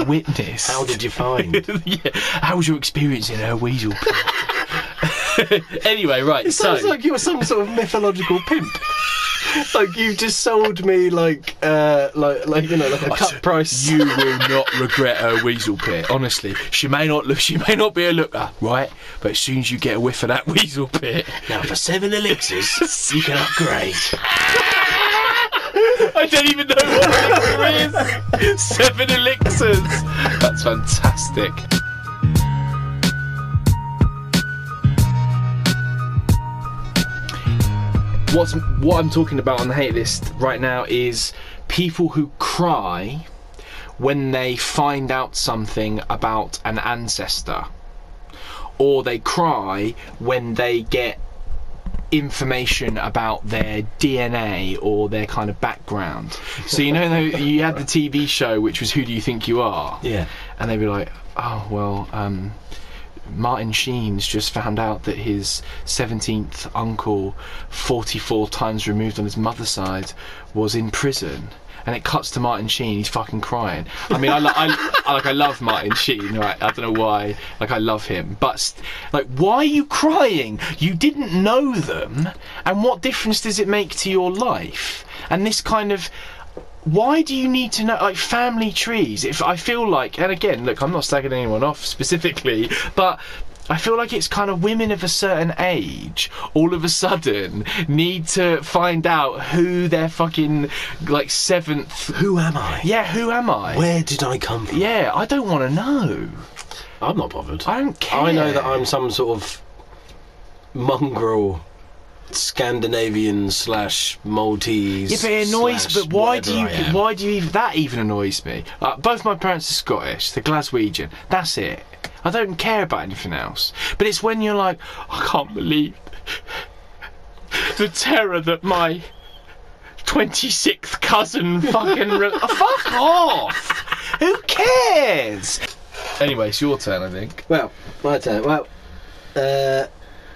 [SPEAKER 2] Witness.
[SPEAKER 1] How did you find?
[SPEAKER 2] yeah. How was your experience in her weasel pit? anyway, right. so
[SPEAKER 1] you were some sort of mythological pimp. like you've just sold me like uh like like you know like a
[SPEAKER 4] I
[SPEAKER 1] cut
[SPEAKER 4] said,
[SPEAKER 1] price.
[SPEAKER 4] You will not regret her weasel pit. Honestly, she may not look, she may not be a looker, right? But as soon as you get a whiff of that weasel pit,
[SPEAKER 1] now for seven elixirs, you can upgrade.
[SPEAKER 4] I don't even know what elixir is. Seven elixirs. That's fantastic.
[SPEAKER 2] What's what I'm talking about on the hate list right now is people who cry when they find out something about an ancestor, or they cry when they get information about their DNA or their kind of background. So you know, though, you had the TV show which was Who Do You Think You Are?
[SPEAKER 1] Yeah.
[SPEAKER 2] and they'd be like, "Oh well, um, Martin Sheen's just found out that his 17th uncle, 44 times removed on his mother's side, was in prison." And it cuts to Martin Sheen. He's fucking crying. I mean, I, lo- I, I like I love Martin Sheen. Right? I don't know why. Like I love him, but st- like, why are you crying? You didn't know them, and what difference does it make to your life? And this kind of why do you need to know like family trees if i feel like and again look i'm not slagging anyone off specifically but i feel like it's kind of women of a certain age all of a sudden need to find out who their fucking like seventh
[SPEAKER 1] Who am I?
[SPEAKER 2] yeah who am i
[SPEAKER 1] Where did I come from?
[SPEAKER 2] yeah i don't want to know
[SPEAKER 1] I'm not bothered.
[SPEAKER 2] i don't care
[SPEAKER 1] I know that I'm some sort of mongrel Scandinavian slash Maltese.
[SPEAKER 2] Yeah, but it annoys.
[SPEAKER 1] slash
[SPEAKER 2] But why do you?
[SPEAKER 1] whatever I am.
[SPEAKER 2] Why do you? Even, that even annoys me. Uh, both my parents are Scottish. They're Glaswegian. That's it. I don't care about anything else. But it's when you're like, I can't believe the terror that my 26th cousin fucking re- fuck off. Who cares? Anyway, it's your turn, I think.
[SPEAKER 1] Well, my turn. Well, uh,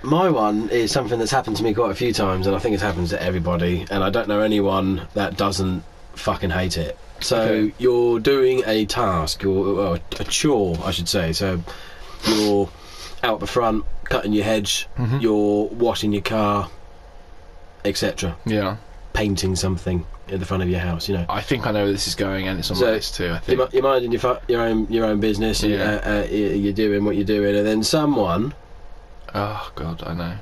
[SPEAKER 1] my one is something that's happened to me quite a few times, and I think it happens to everybody. And I don't know anyone that doesn't fucking hate it. So
[SPEAKER 2] Okay.
[SPEAKER 1] you're doing a task, or well, a chore, I should say. So you're out the front, cutting your hedge,
[SPEAKER 2] Mm-hmm.
[SPEAKER 1] you're washing your car, etc.
[SPEAKER 2] Yeah,
[SPEAKER 1] Painting something in the front of your house. You know,
[SPEAKER 2] I think I know where this is going, and it's on
[SPEAKER 1] So,
[SPEAKER 2] my list too. I
[SPEAKER 1] you're,
[SPEAKER 2] think.
[SPEAKER 1] mi- you're minding your, fu- your own your own business, and
[SPEAKER 2] Yeah.
[SPEAKER 1] uh, uh, you- you're doing what you're doing, and then someone
[SPEAKER 2] oh God, I know.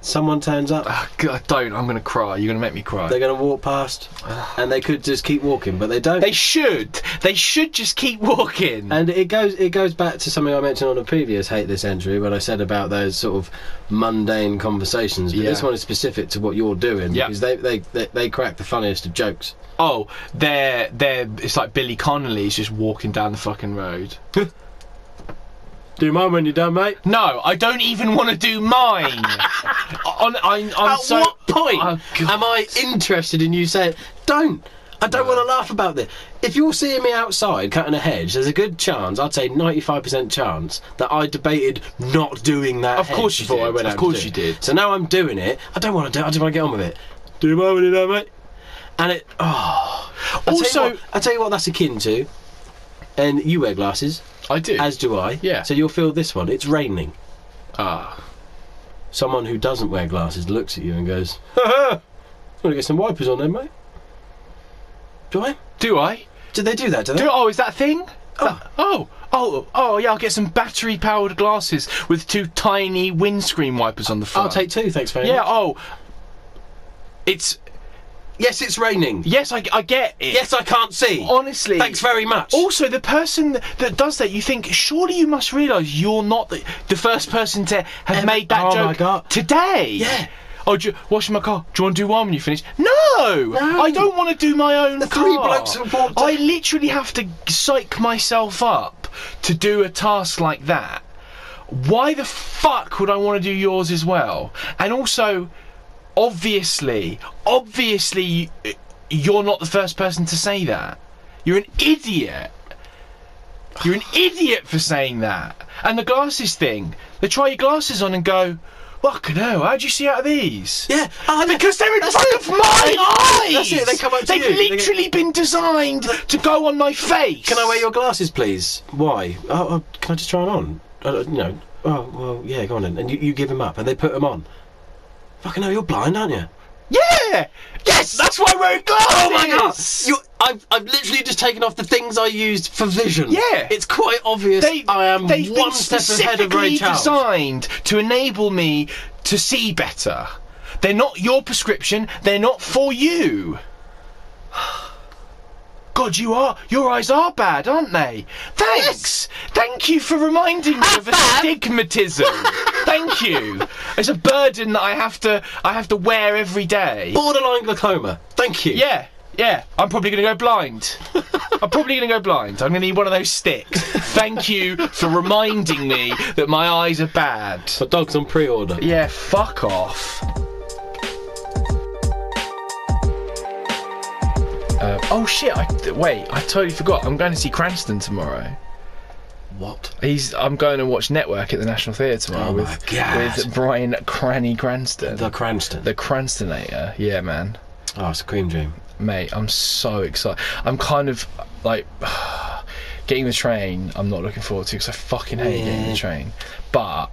[SPEAKER 1] someone turns up.
[SPEAKER 2] Ah, God, don't. I'm gonna cry. You're gonna make me cry.
[SPEAKER 1] They're going to walk past, and they could just keep walking, but they don't.
[SPEAKER 2] They should. They should just keep walking.
[SPEAKER 1] and it goes it goes back to something I mentioned on a previous hate this entry when I said about those sort of mundane conversations. But this
[SPEAKER 2] Yeah.
[SPEAKER 1] one is specific to what you're doing
[SPEAKER 2] Yeah.
[SPEAKER 1] because they, they they they crack the funniest of jokes.
[SPEAKER 2] oh, they're they're. It's like Billy Connolly's just walking down the fucking road.
[SPEAKER 1] Do you mind when you're done, mate?
[SPEAKER 2] No, I don't even want to do mine. on, I, I'm
[SPEAKER 1] At
[SPEAKER 2] so.
[SPEAKER 1] what point
[SPEAKER 2] Oh, God.
[SPEAKER 1] am I interested in you saying don't? I don't want to laugh about this. If you're seeing me outside cutting a hedge, there's a good chance, I'd say 95% chance, that I debated not doing that.
[SPEAKER 2] Of
[SPEAKER 1] hedge
[SPEAKER 2] course you
[SPEAKER 1] before I
[SPEAKER 2] did.
[SPEAKER 1] went
[SPEAKER 2] Of
[SPEAKER 1] out
[SPEAKER 2] course
[SPEAKER 1] to do
[SPEAKER 2] you
[SPEAKER 1] it.
[SPEAKER 2] did.
[SPEAKER 1] So now I'm doing it. I don't want to do it. I just want to get on with it. Do you mind when you do that, mate? And it. Oh. I
[SPEAKER 2] Also-
[SPEAKER 1] tell you what, I tell you what. That's akin to. And you wear glasses,
[SPEAKER 2] I do.
[SPEAKER 1] as do I.
[SPEAKER 2] Yeah.
[SPEAKER 1] So you'll feel this one. It's raining.
[SPEAKER 2] Ah.
[SPEAKER 1] Someone who doesn't wear glasses looks at you and goes, "Ha ha! Want to get some wipers on there, mate?" Do I?
[SPEAKER 2] do I?
[SPEAKER 1] Do they do that? Do they?
[SPEAKER 2] Do, oh, is that a thing? That- Oh. Oh, oh, yeah, I'll get some battery powered glasses with two tiny windscreen wipers on the front.
[SPEAKER 1] I'll take two, thanks very
[SPEAKER 2] Yeah,
[SPEAKER 1] much.
[SPEAKER 2] oh. It's.
[SPEAKER 1] Yes, it's raining.
[SPEAKER 2] Yes, I, I get it.
[SPEAKER 1] Yes, I can't see.
[SPEAKER 2] Honestly.
[SPEAKER 1] Thanks very much.
[SPEAKER 2] Also, the person th- that does that, you think surely you must realise you're not the, the first person to have
[SPEAKER 1] Ever-
[SPEAKER 2] made that
[SPEAKER 1] Oh
[SPEAKER 2] joke
[SPEAKER 1] my God.
[SPEAKER 2] today.
[SPEAKER 1] Yeah.
[SPEAKER 2] Oh, do you, washing my car. Do you want to do one when you finish? No,
[SPEAKER 1] No.
[SPEAKER 2] I don't want to do my own. The
[SPEAKER 1] three blokes have walked
[SPEAKER 2] I
[SPEAKER 1] up.
[SPEAKER 2] literally have to psych myself up to do a task like that. Why the fuck would I want to do yours as well? And also, obviously, obviously, y- you're not the first person to say that. You're an idiot. You're an idiot for saying that. And the glasses thing. They try your glasses on and go, fucking hell, how'd you see out of these?
[SPEAKER 1] Yeah. Ah, yeah.
[SPEAKER 2] Because they're in
[SPEAKER 1] That's
[SPEAKER 2] front
[SPEAKER 1] it.
[SPEAKER 2] of my eyes!
[SPEAKER 1] That's it, they come up to
[SPEAKER 2] They've
[SPEAKER 1] you. They go-
[SPEAKER 2] literally been designed to go on my face.
[SPEAKER 1] Can I wear your glasses, please? Why? Oh, oh can I just try them on? Uh, I don't- you know. Oh, well, yeah, go on then. And you, you give them up, and they put them on. Fucking hell, you're blind, aren't you?
[SPEAKER 5] Yeah! Yes! That's why we're in glasses!
[SPEAKER 1] Oh my god! You, I've, I've literally just taken off the things I used for vision.
[SPEAKER 5] Yeah.
[SPEAKER 1] It's quite obvious
[SPEAKER 5] They,
[SPEAKER 1] I am
[SPEAKER 5] they've
[SPEAKER 1] one
[SPEAKER 5] been
[SPEAKER 1] step ahead of Ray
[SPEAKER 5] specifically
[SPEAKER 1] Charles.
[SPEAKER 5] designed to enable me to see better. They're not your prescription. They're not for you. God, you are. Your eyes are bad, aren't they? Thanks. Thank you for reminding me
[SPEAKER 1] Ah,
[SPEAKER 5] of astigmatism. Thank you. It's a burden that I have to. I have to wear every day.
[SPEAKER 1] Borderline glaucoma. Thank you.
[SPEAKER 5] Yeah, yeah. I'm probably going to go blind. I'm probably going to go blind. I'm going to need one of those sticks. Thank you for reminding me that my eyes are bad.
[SPEAKER 1] But dogs on pre-order.
[SPEAKER 5] Yeah, fuck off.
[SPEAKER 2] Uh, oh shit! I, th- wait, I totally forgot. I'm going to see Cranston tomorrow.
[SPEAKER 1] What?
[SPEAKER 2] He's. I'm going to watch Network at the National Theatre tomorrow
[SPEAKER 1] Oh my
[SPEAKER 2] with
[SPEAKER 1] God.
[SPEAKER 2] with Brian Cranny Cranston,
[SPEAKER 1] The
[SPEAKER 2] the,
[SPEAKER 1] Cranston.
[SPEAKER 2] Cranstonator. Yeah, man,
[SPEAKER 1] Oh, it's a cream dream.
[SPEAKER 2] mate. I'm so excited. I'm kind of like getting the train. I'm not looking forward to because I fucking hate getting
[SPEAKER 1] Yeah.
[SPEAKER 2] the train. But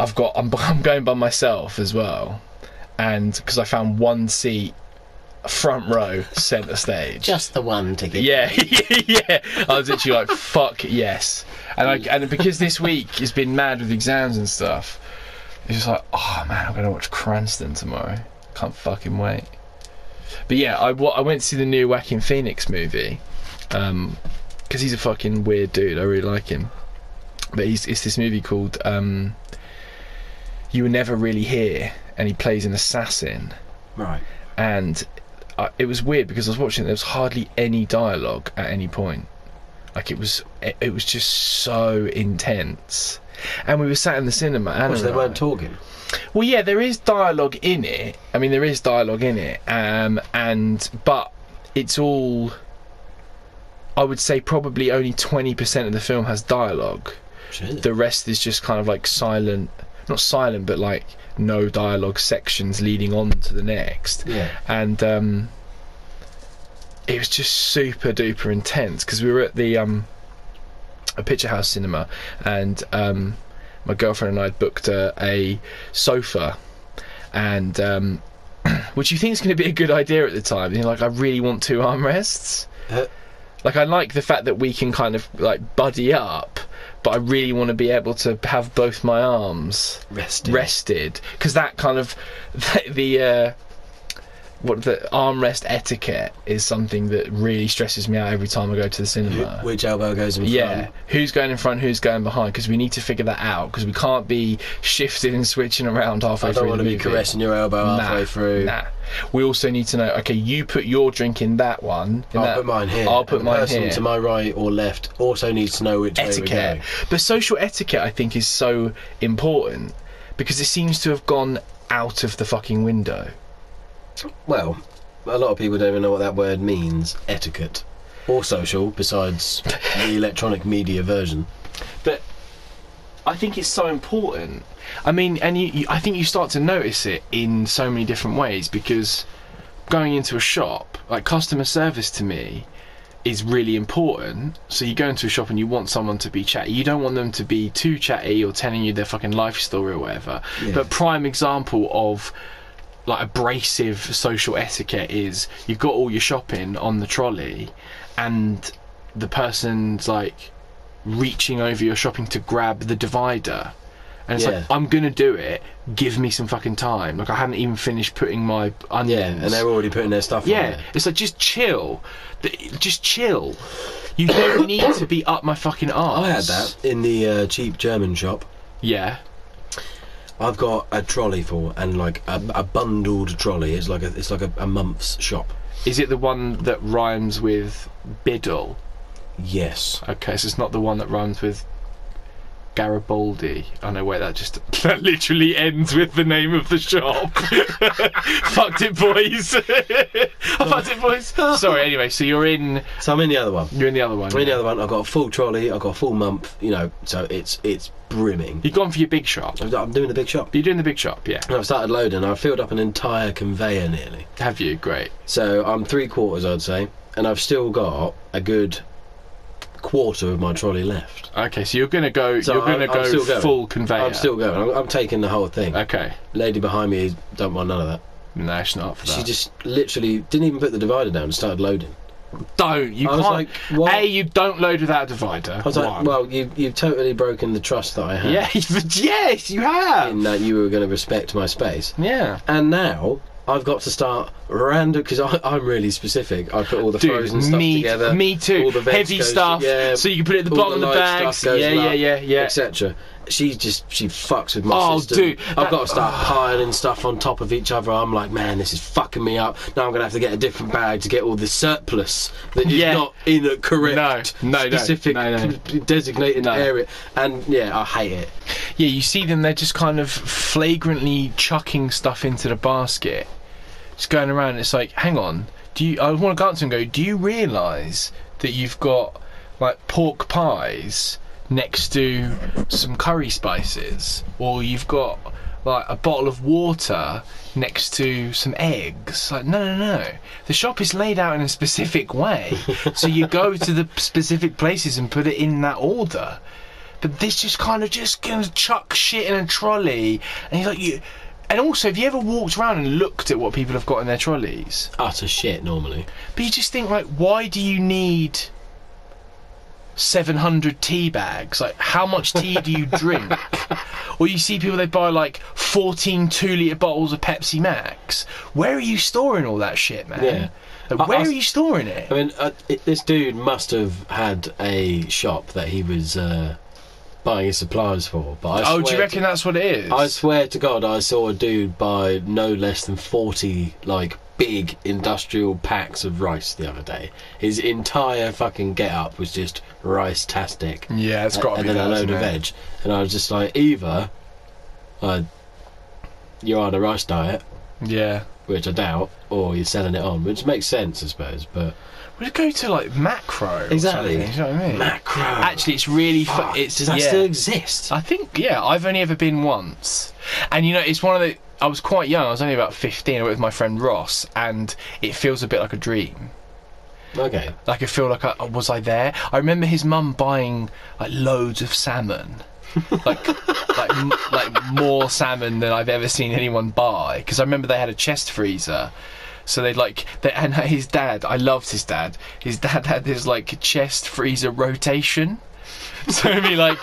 [SPEAKER 2] I've got. I'm, I'm going by myself as well, and because I found one seat, front row, centre stage.
[SPEAKER 1] Just the one ticket.
[SPEAKER 2] Yeah, yeah. I was literally like, "Fuck yes," and I, and because this week has been mad with exams and stuff, it's just like, "Oh man, I'm gonna watch Cranston tomorrow. Can't fucking wait." But yeah, I, wa- I went to see the new Whacking Phoenix movie, um, because he's a fucking weird dude. I really like him, but he's it's this movie called um, "You Were Never Really Here," and he plays an assassin
[SPEAKER 1] Right.
[SPEAKER 2] and I, it was weird because I was watching. it, There was hardly any dialogue at any point. Like it was, it, it was just so intense. And we were sat in the cinema. Anna
[SPEAKER 1] Because they
[SPEAKER 2] and I-
[SPEAKER 1] weren't talking.
[SPEAKER 2] well, yeah, there is dialogue in it. I mean, there is dialogue in it, um, and but it's all. I would say probably only twenty percent of the film has dialogue.
[SPEAKER 1] Shit.
[SPEAKER 2] The rest is just kind of like silent, not silent, but like no dialogue sections leading on to the next
[SPEAKER 1] yeah.
[SPEAKER 2] and um, it was just super duper intense because we were at the um, a picture house cinema, and um, my girlfriend and I had booked a, a sofa, and um, which you think is going to be a good idea at the time. And you're like, I really want two armrests.
[SPEAKER 1] Uh,
[SPEAKER 2] Like I like the fact that we can kind of like buddy up, but I really want to be able to have both my arms
[SPEAKER 1] Resting.
[SPEAKER 2] rested because that kind of the, the uh, what the armrest etiquette is something that really stresses me out every time I go to the cinema.
[SPEAKER 1] Which elbow goes in front?
[SPEAKER 2] yeah, who's going in front, who's going behind? Because we need to figure that out. Because we can't be shifting and switching around halfway
[SPEAKER 1] I don't
[SPEAKER 2] through
[SPEAKER 1] want
[SPEAKER 2] the
[SPEAKER 1] to be
[SPEAKER 2] movie.
[SPEAKER 1] caressing your elbow
[SPEAKER 2] Nah,
[SPEAKER 1] halfway through.
[SPEAKER 2] Nah. We also need to know. Okay, you put your drink in that one. in
[SPEAKER 1] I'll
[SPEAKER 2] that-
[SPEAKER 1] put mine here.
[SPEAKER 2] I'll put
[SPEAKER 1] and the
[SPEAKER 2] mine
[SPEAKER 1] person
[SPEAKER 2] here.
[SPEAKER 1] to my right or left also needs to know which way we're
[SPEAKER 2] etiquette.
[SPEAKER 1] going.
[SPEAKER 2] But social etiquette, I think, is so important because it seems to have gone out of the fucking window.
[SPEAKER 1] Well, a lot of people don't even know what that word means. Etiquette. Or social, besides the electronic media version.
[SPEAKER 2] but I think it's so important. I mean, and you, you, I think you start to notice it in so many different ways because going into a shop, like customer service to me, is really important. So you go into a shop and you want someone to be chatty. You don't want them to be too chatty or telling you their fucking life story or whatever.
[SPEAKER 1] Yeah.
[SPEAKER 2] But prime example of like abrasive social etiquette is you've got all your shopping on the trolley and the person's like reaching over your shopping to grab the divider. And it's
[SPEAKER 1] Yeah.
[SPEAKER 2] like, I'm gonna do it. Give me some fucking time. Like I haven't even finished putting my onions.
[SPEAKER 1] Yeah, and they're already putting their stuff on
[SPEAKER 2] Yeah,
[SPEAKER 1] there.
[SPEAKER 2] it's like just chill, Th- just chill. You don't need to be up my fucking arse.
[SPEAKER 1] I had that in the uh, cheap German shop.
[SPEAKER 2] Yeah,
[SPEAKER 1] I've got a trolley full and like a, a bundled trolley. It's like a, it's like a, a month's shop.
[SPEAKER 2] is it the one that rhymes with biddle?
[SPEAKER 1] Yes.
[SPEAKER 2] Okay, so it's not the one that rhymes with Garibaldi. Oh no, wait, that just that literally ends with the name of the shop. fucked it, boys. I fucked it, boys. Sorry. Anyway, so you're in
[SPEAKER 1] So I'm in the other one.
[SPEAKER 2] you're in the other one.
[SPEAKER 1] I'm in the other one. I've got a full trolley. I've got a full month. You know, so it's it's brimming.
[SPEAKER 2] You've gone for your big shop.
[SPEAKER 1] I'm I'm doing the big shop.
[SPEAKER 2] You're doing the big shop, yeah.
[SPEAKER 1] And I've started loading. I've filled up an entire conveyor nearly.
[SPEAKER 2] Have you? Great.
[SPEAKER 1] So I'm three quarters, I'd say, and I've still got a good quarter of my trolley left.
[SPEAKER 2] Okay, so you're gonna go.
[SPEAKER 1] So
[SPEAKER 2] you're gonna
[SPEAKER 1] I'm- I'm
[SPEAKER 2] go
[SPEAKER 1] still going.
[SPEAKER 2] full conveyor.
[SPEAKER 1] I'm still going. I'm, I'm taking the whole thing.
[SPEAKER 2] Oh, Okay.
[SPEAKER 1] Lady behind me don't want none of that.
[SPEAKER 2] No, she's not up for that.
[SPEAKER 1] She just literally didn't even put the divider down and started loading.
[SPEAKER 2] don't. You
[SPEAKER 1] I was
[SPEAKER 2] can't.
[SPEAKER 1] like, what?
[SPEAKER 2] A, you don't load without a divider.
[SPEAKER 1] I was like, well, you, you've totally broken the trust that I had
[SPEAKER 2] yeah, yes, you have.
[SPEAKER 1] in that you were going to respect my space.
[SPEAKER 2] Yeah.
[SPEAKER 1] And now I've got to start random because I'm really specific. I put all the frozen
[SPEAKER 2] Dude,
[SPEAKER 1] stuff
[SPEAKER 2] me,
[SPEAKER 1] together.
[SPEAKER 2] me too.
[SPEAKER 1] all the veg
[SPEAKER 2] Heavy
[SPEAKER 1] goes-
[SPEAKER 2] stuff,
[SPEAKER 1] yeah,
[SPEAKER 2] so you can put it at the
[SPEAKER 1] all
[SPEAKER 2] bottom of the
[SPEAKER 1] light stuff
[SPEAKER 2] bags. Yeah,
[SPEAKER 1] goes
[SPEAKER 2] yeah,
[SPEAKER 1] up,
[SPEAKER 2] yeah, yeah.
[SPEAKER 1] etc. She just she fucks with my
[SPEAKER 2] Oh,
[SPEAKER 1] system.
[SPEAKER 2] dude,
[SPEAKER 1] I've
[SPEAKER 2] that-
[SPEAKER 1] got to start piling stuff on top of each other. I'm like, man, this is fucking me up. Now I'm gonna have to get a different bag to get all the surplus that is
[SPEAKER 2] Yeah.
[SPEAKER 1] not in a correct,
[SPEAKER 2] No, no, no,
[SPEAKER 1] specific,
[SPEAKER 2] no, no.
[SPEAKER 1] p- designated
[SPEAKER 2] No.
[SPEAKER 1] area. And yeah, I hate it.
[SPEAKER 2] Yeah, you see them, they're just kind of flagrantly chucking stuff into the basket. Just going around, it's like, hang on, do you, I want to go up to them and go, do you realise that you've got like pork pies next to some curry spices? Or you've got like a bottle of water next to some eggs? Like, no, no, no. The shop is laid out in a specific way. so you go to the specific places and put it in that order. But this just kind of just gonna chuck shit in a trolley, and he's like, you. And also, have you ever walked around and looked at what people have got in their trolleys?
[SPEAKER 1] Utter shit normally.
[SPEAKER 2] But you just think like, why do you need seven hundred tea bags? Like, how much tea do you drink? or you see people they buy like 14 two liter bottles of Pepsi Max. Where are you storing all that shit, man?
[SPEAKER 1] Yeah.
[SPEAKER 2] Like,
[SPEAKER 1] I-
[SPEAKER 2] where
[SPEAKER 1] I-
[SPEAKER 2] are you storing it?
[SPEAKER 1] I mean, uh, it, this dude must have had a shop that he was uh, buying his supplies for. But I
[SPEAKER 2] oh, do you
[SPEAKER 1] swear
[SPEAKER 2] reckon that's what it is?
[SPEAKER 1] To, I swear to God, I saw a dude buy no less than forty like big industrial packs of rice the other day. His entire fucking get up was just rice tastic,
[SPEAKER 2] yeah, it's got to
[SPEAKER 1] and
[SPEAKER 2] be
[SPEAKER 1] then
[SPEAKER 2] that,
[SPEAKER 1] a load
[SPEAKER 2] isn't
[SPEAKER 1] of
[SPEAKER 2] it?
[SPEAKER 1] veg. And I was just like, either uh, you're on a rice diet,
[SPEAKER 2] Yeah.
[SPEAKER 1] which I doubt, or you're selling it on, which makes sense, I suppose. But
[SPEAKER 2] We'd go to like macro. or
[SPEAKER 1] Exactly.
[SPEAKER 2] something, you know what I mean?
[SPEAKER 1] macro.
[SPEAKER 2] Actually, it's really. Fu-
[SPEAKER 1] Fuck,
[SPEAKER 2] it's
[SPEAKER 1] does that
[SPEAKER 2] yeah.
[SPEAKER 1] still exist?
[SPEAKER 2] I think yeah. I've only ever been once, and you know, it's one of the. I was quite young. I was only about fifteen. I went with my friend Ross, and it feels a bit like a dream.
[SPEAKER 1] Okay.
[SPEAKER 2] Like I feel like I was I there. I remember his mum buying like loads of salmon, like like m- like more salmon than I've ever seen anyone buy. Because I remember they had a chest freezer, so they'd like they, and his dad. I loved his dad. His dad had this like chest freezer rotation. So it'd be like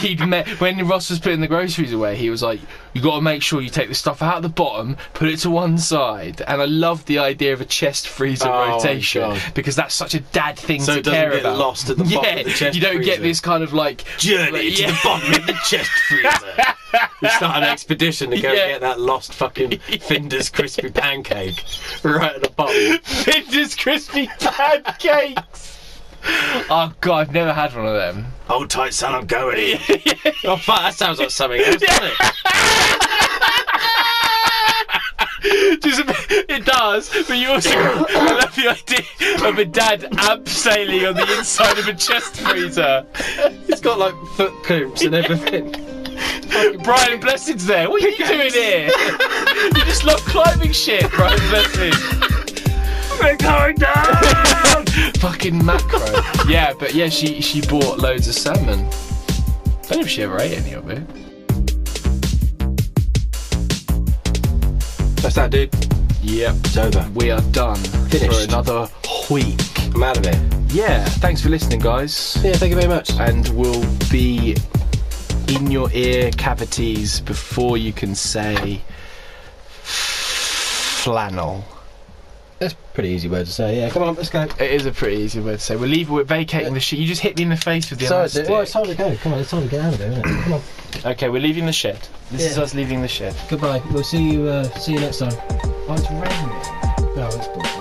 [SPEAKER 2] he'd met when Ross was putting the groceries away, he was like, "You got to make sure you take the stuff out the bottom, put it to one side." And I love the idea of a chest freezer
[SPEAKER 1] Oh, my
[SPEAKER 2] rotation
[SPEAKER 1] God.
[SPEAKER 2] because that's such a dad thing
[SPEAKER 1] So
[SPEAKER 2] to
[SPEAKER 1] it doesn't
[SPEAKER 2] care
[SPEAKER 1] get
[SPEAKER 2] about.
[SPEAKER 1] lost at the bottom
[SPEAKER 2] yeah,
[SPEAKER 1] of the chest
[SPEAKER 2] you don't get
[SPEAKER 1] freezer.
[SPEAKER 2] this kind of like
[SPEAKER 1] Journey
[SPEAKER 2] like,
[SPEAKER 1] to the
[SPEAKER 2] yeah.
[SPEAKER 1] bottom of the chest freezer. we start an expedition to go
[SPEAKER 2] Yeah.
[SPEAKER 1] get that lost fucking Finder's crispy pancake right at the bottom.
[SPEAKER 2] Finder's crispy pancakes. oh god, I've never had one of them.
[SPEAKER 1] Hold tight, son, I'm going in. oh, fuck, that sounds like something else, doesn't it?
[SPEAKER 2] Just a bit- it does, but you also I love the idea of a dad abseiling on the inside of a chest freezer.
[SPEAKER 1] It's got like foot coops and everything.
[SPEAKER 2] Brian Blessed's there. What are you doing here? you just love climbing shit, Brian Blessed.
[SPEAKER 1] We're going down!
[SPEAKER 2] Fucking macro. yeah, but yeah, she she bought loads of salmon. Don't know if she ever ate any of it.
[SPEAKER 1] That's that, dude.
[SPEAKER 2] Yep.
[SPEAKER 1] It's over.
[SPEAKER 2] We are done for
[SPEAKER 1] Finished.
[SPEAKER 2] another week.
[SPEAKER 1] I'm out of it.
[SPEAKER 2] Yeah. Thanks for listening, guys.
[SPEAKER 1] Yeah, thank you very much.
[SPEAKER 2] and will be in your ear cavities before you can say flannel.
[SPEAKER 1] That's a pretty easy word to say, yeah. Come on, let's go.
[SPEAKER 2] It is a pretty easy word to say. We'll leave. We're vacating the shit. You just hit me in the face with the
[SPEAKER 1] Sorry,
[SPEAKER 2] other
[SPEAKER 1] dude. Well, it's
[SPEAKER 2] stick.
[SPEAKER 1] time to go. Come on, it's time to get out of here, isn't it? Come on.
[SPEAKER 2] Okay, we're leaving the shed. This is
[SPEAKER 1] Yeah.
[SPEAKER 2] us leaving the shed.
[SPEAKER 1] Goodbye. We'll see you, uh, see you next time.
[SPEAKER 2] Oh, it's raining.
[SPEAKER 1] No, it's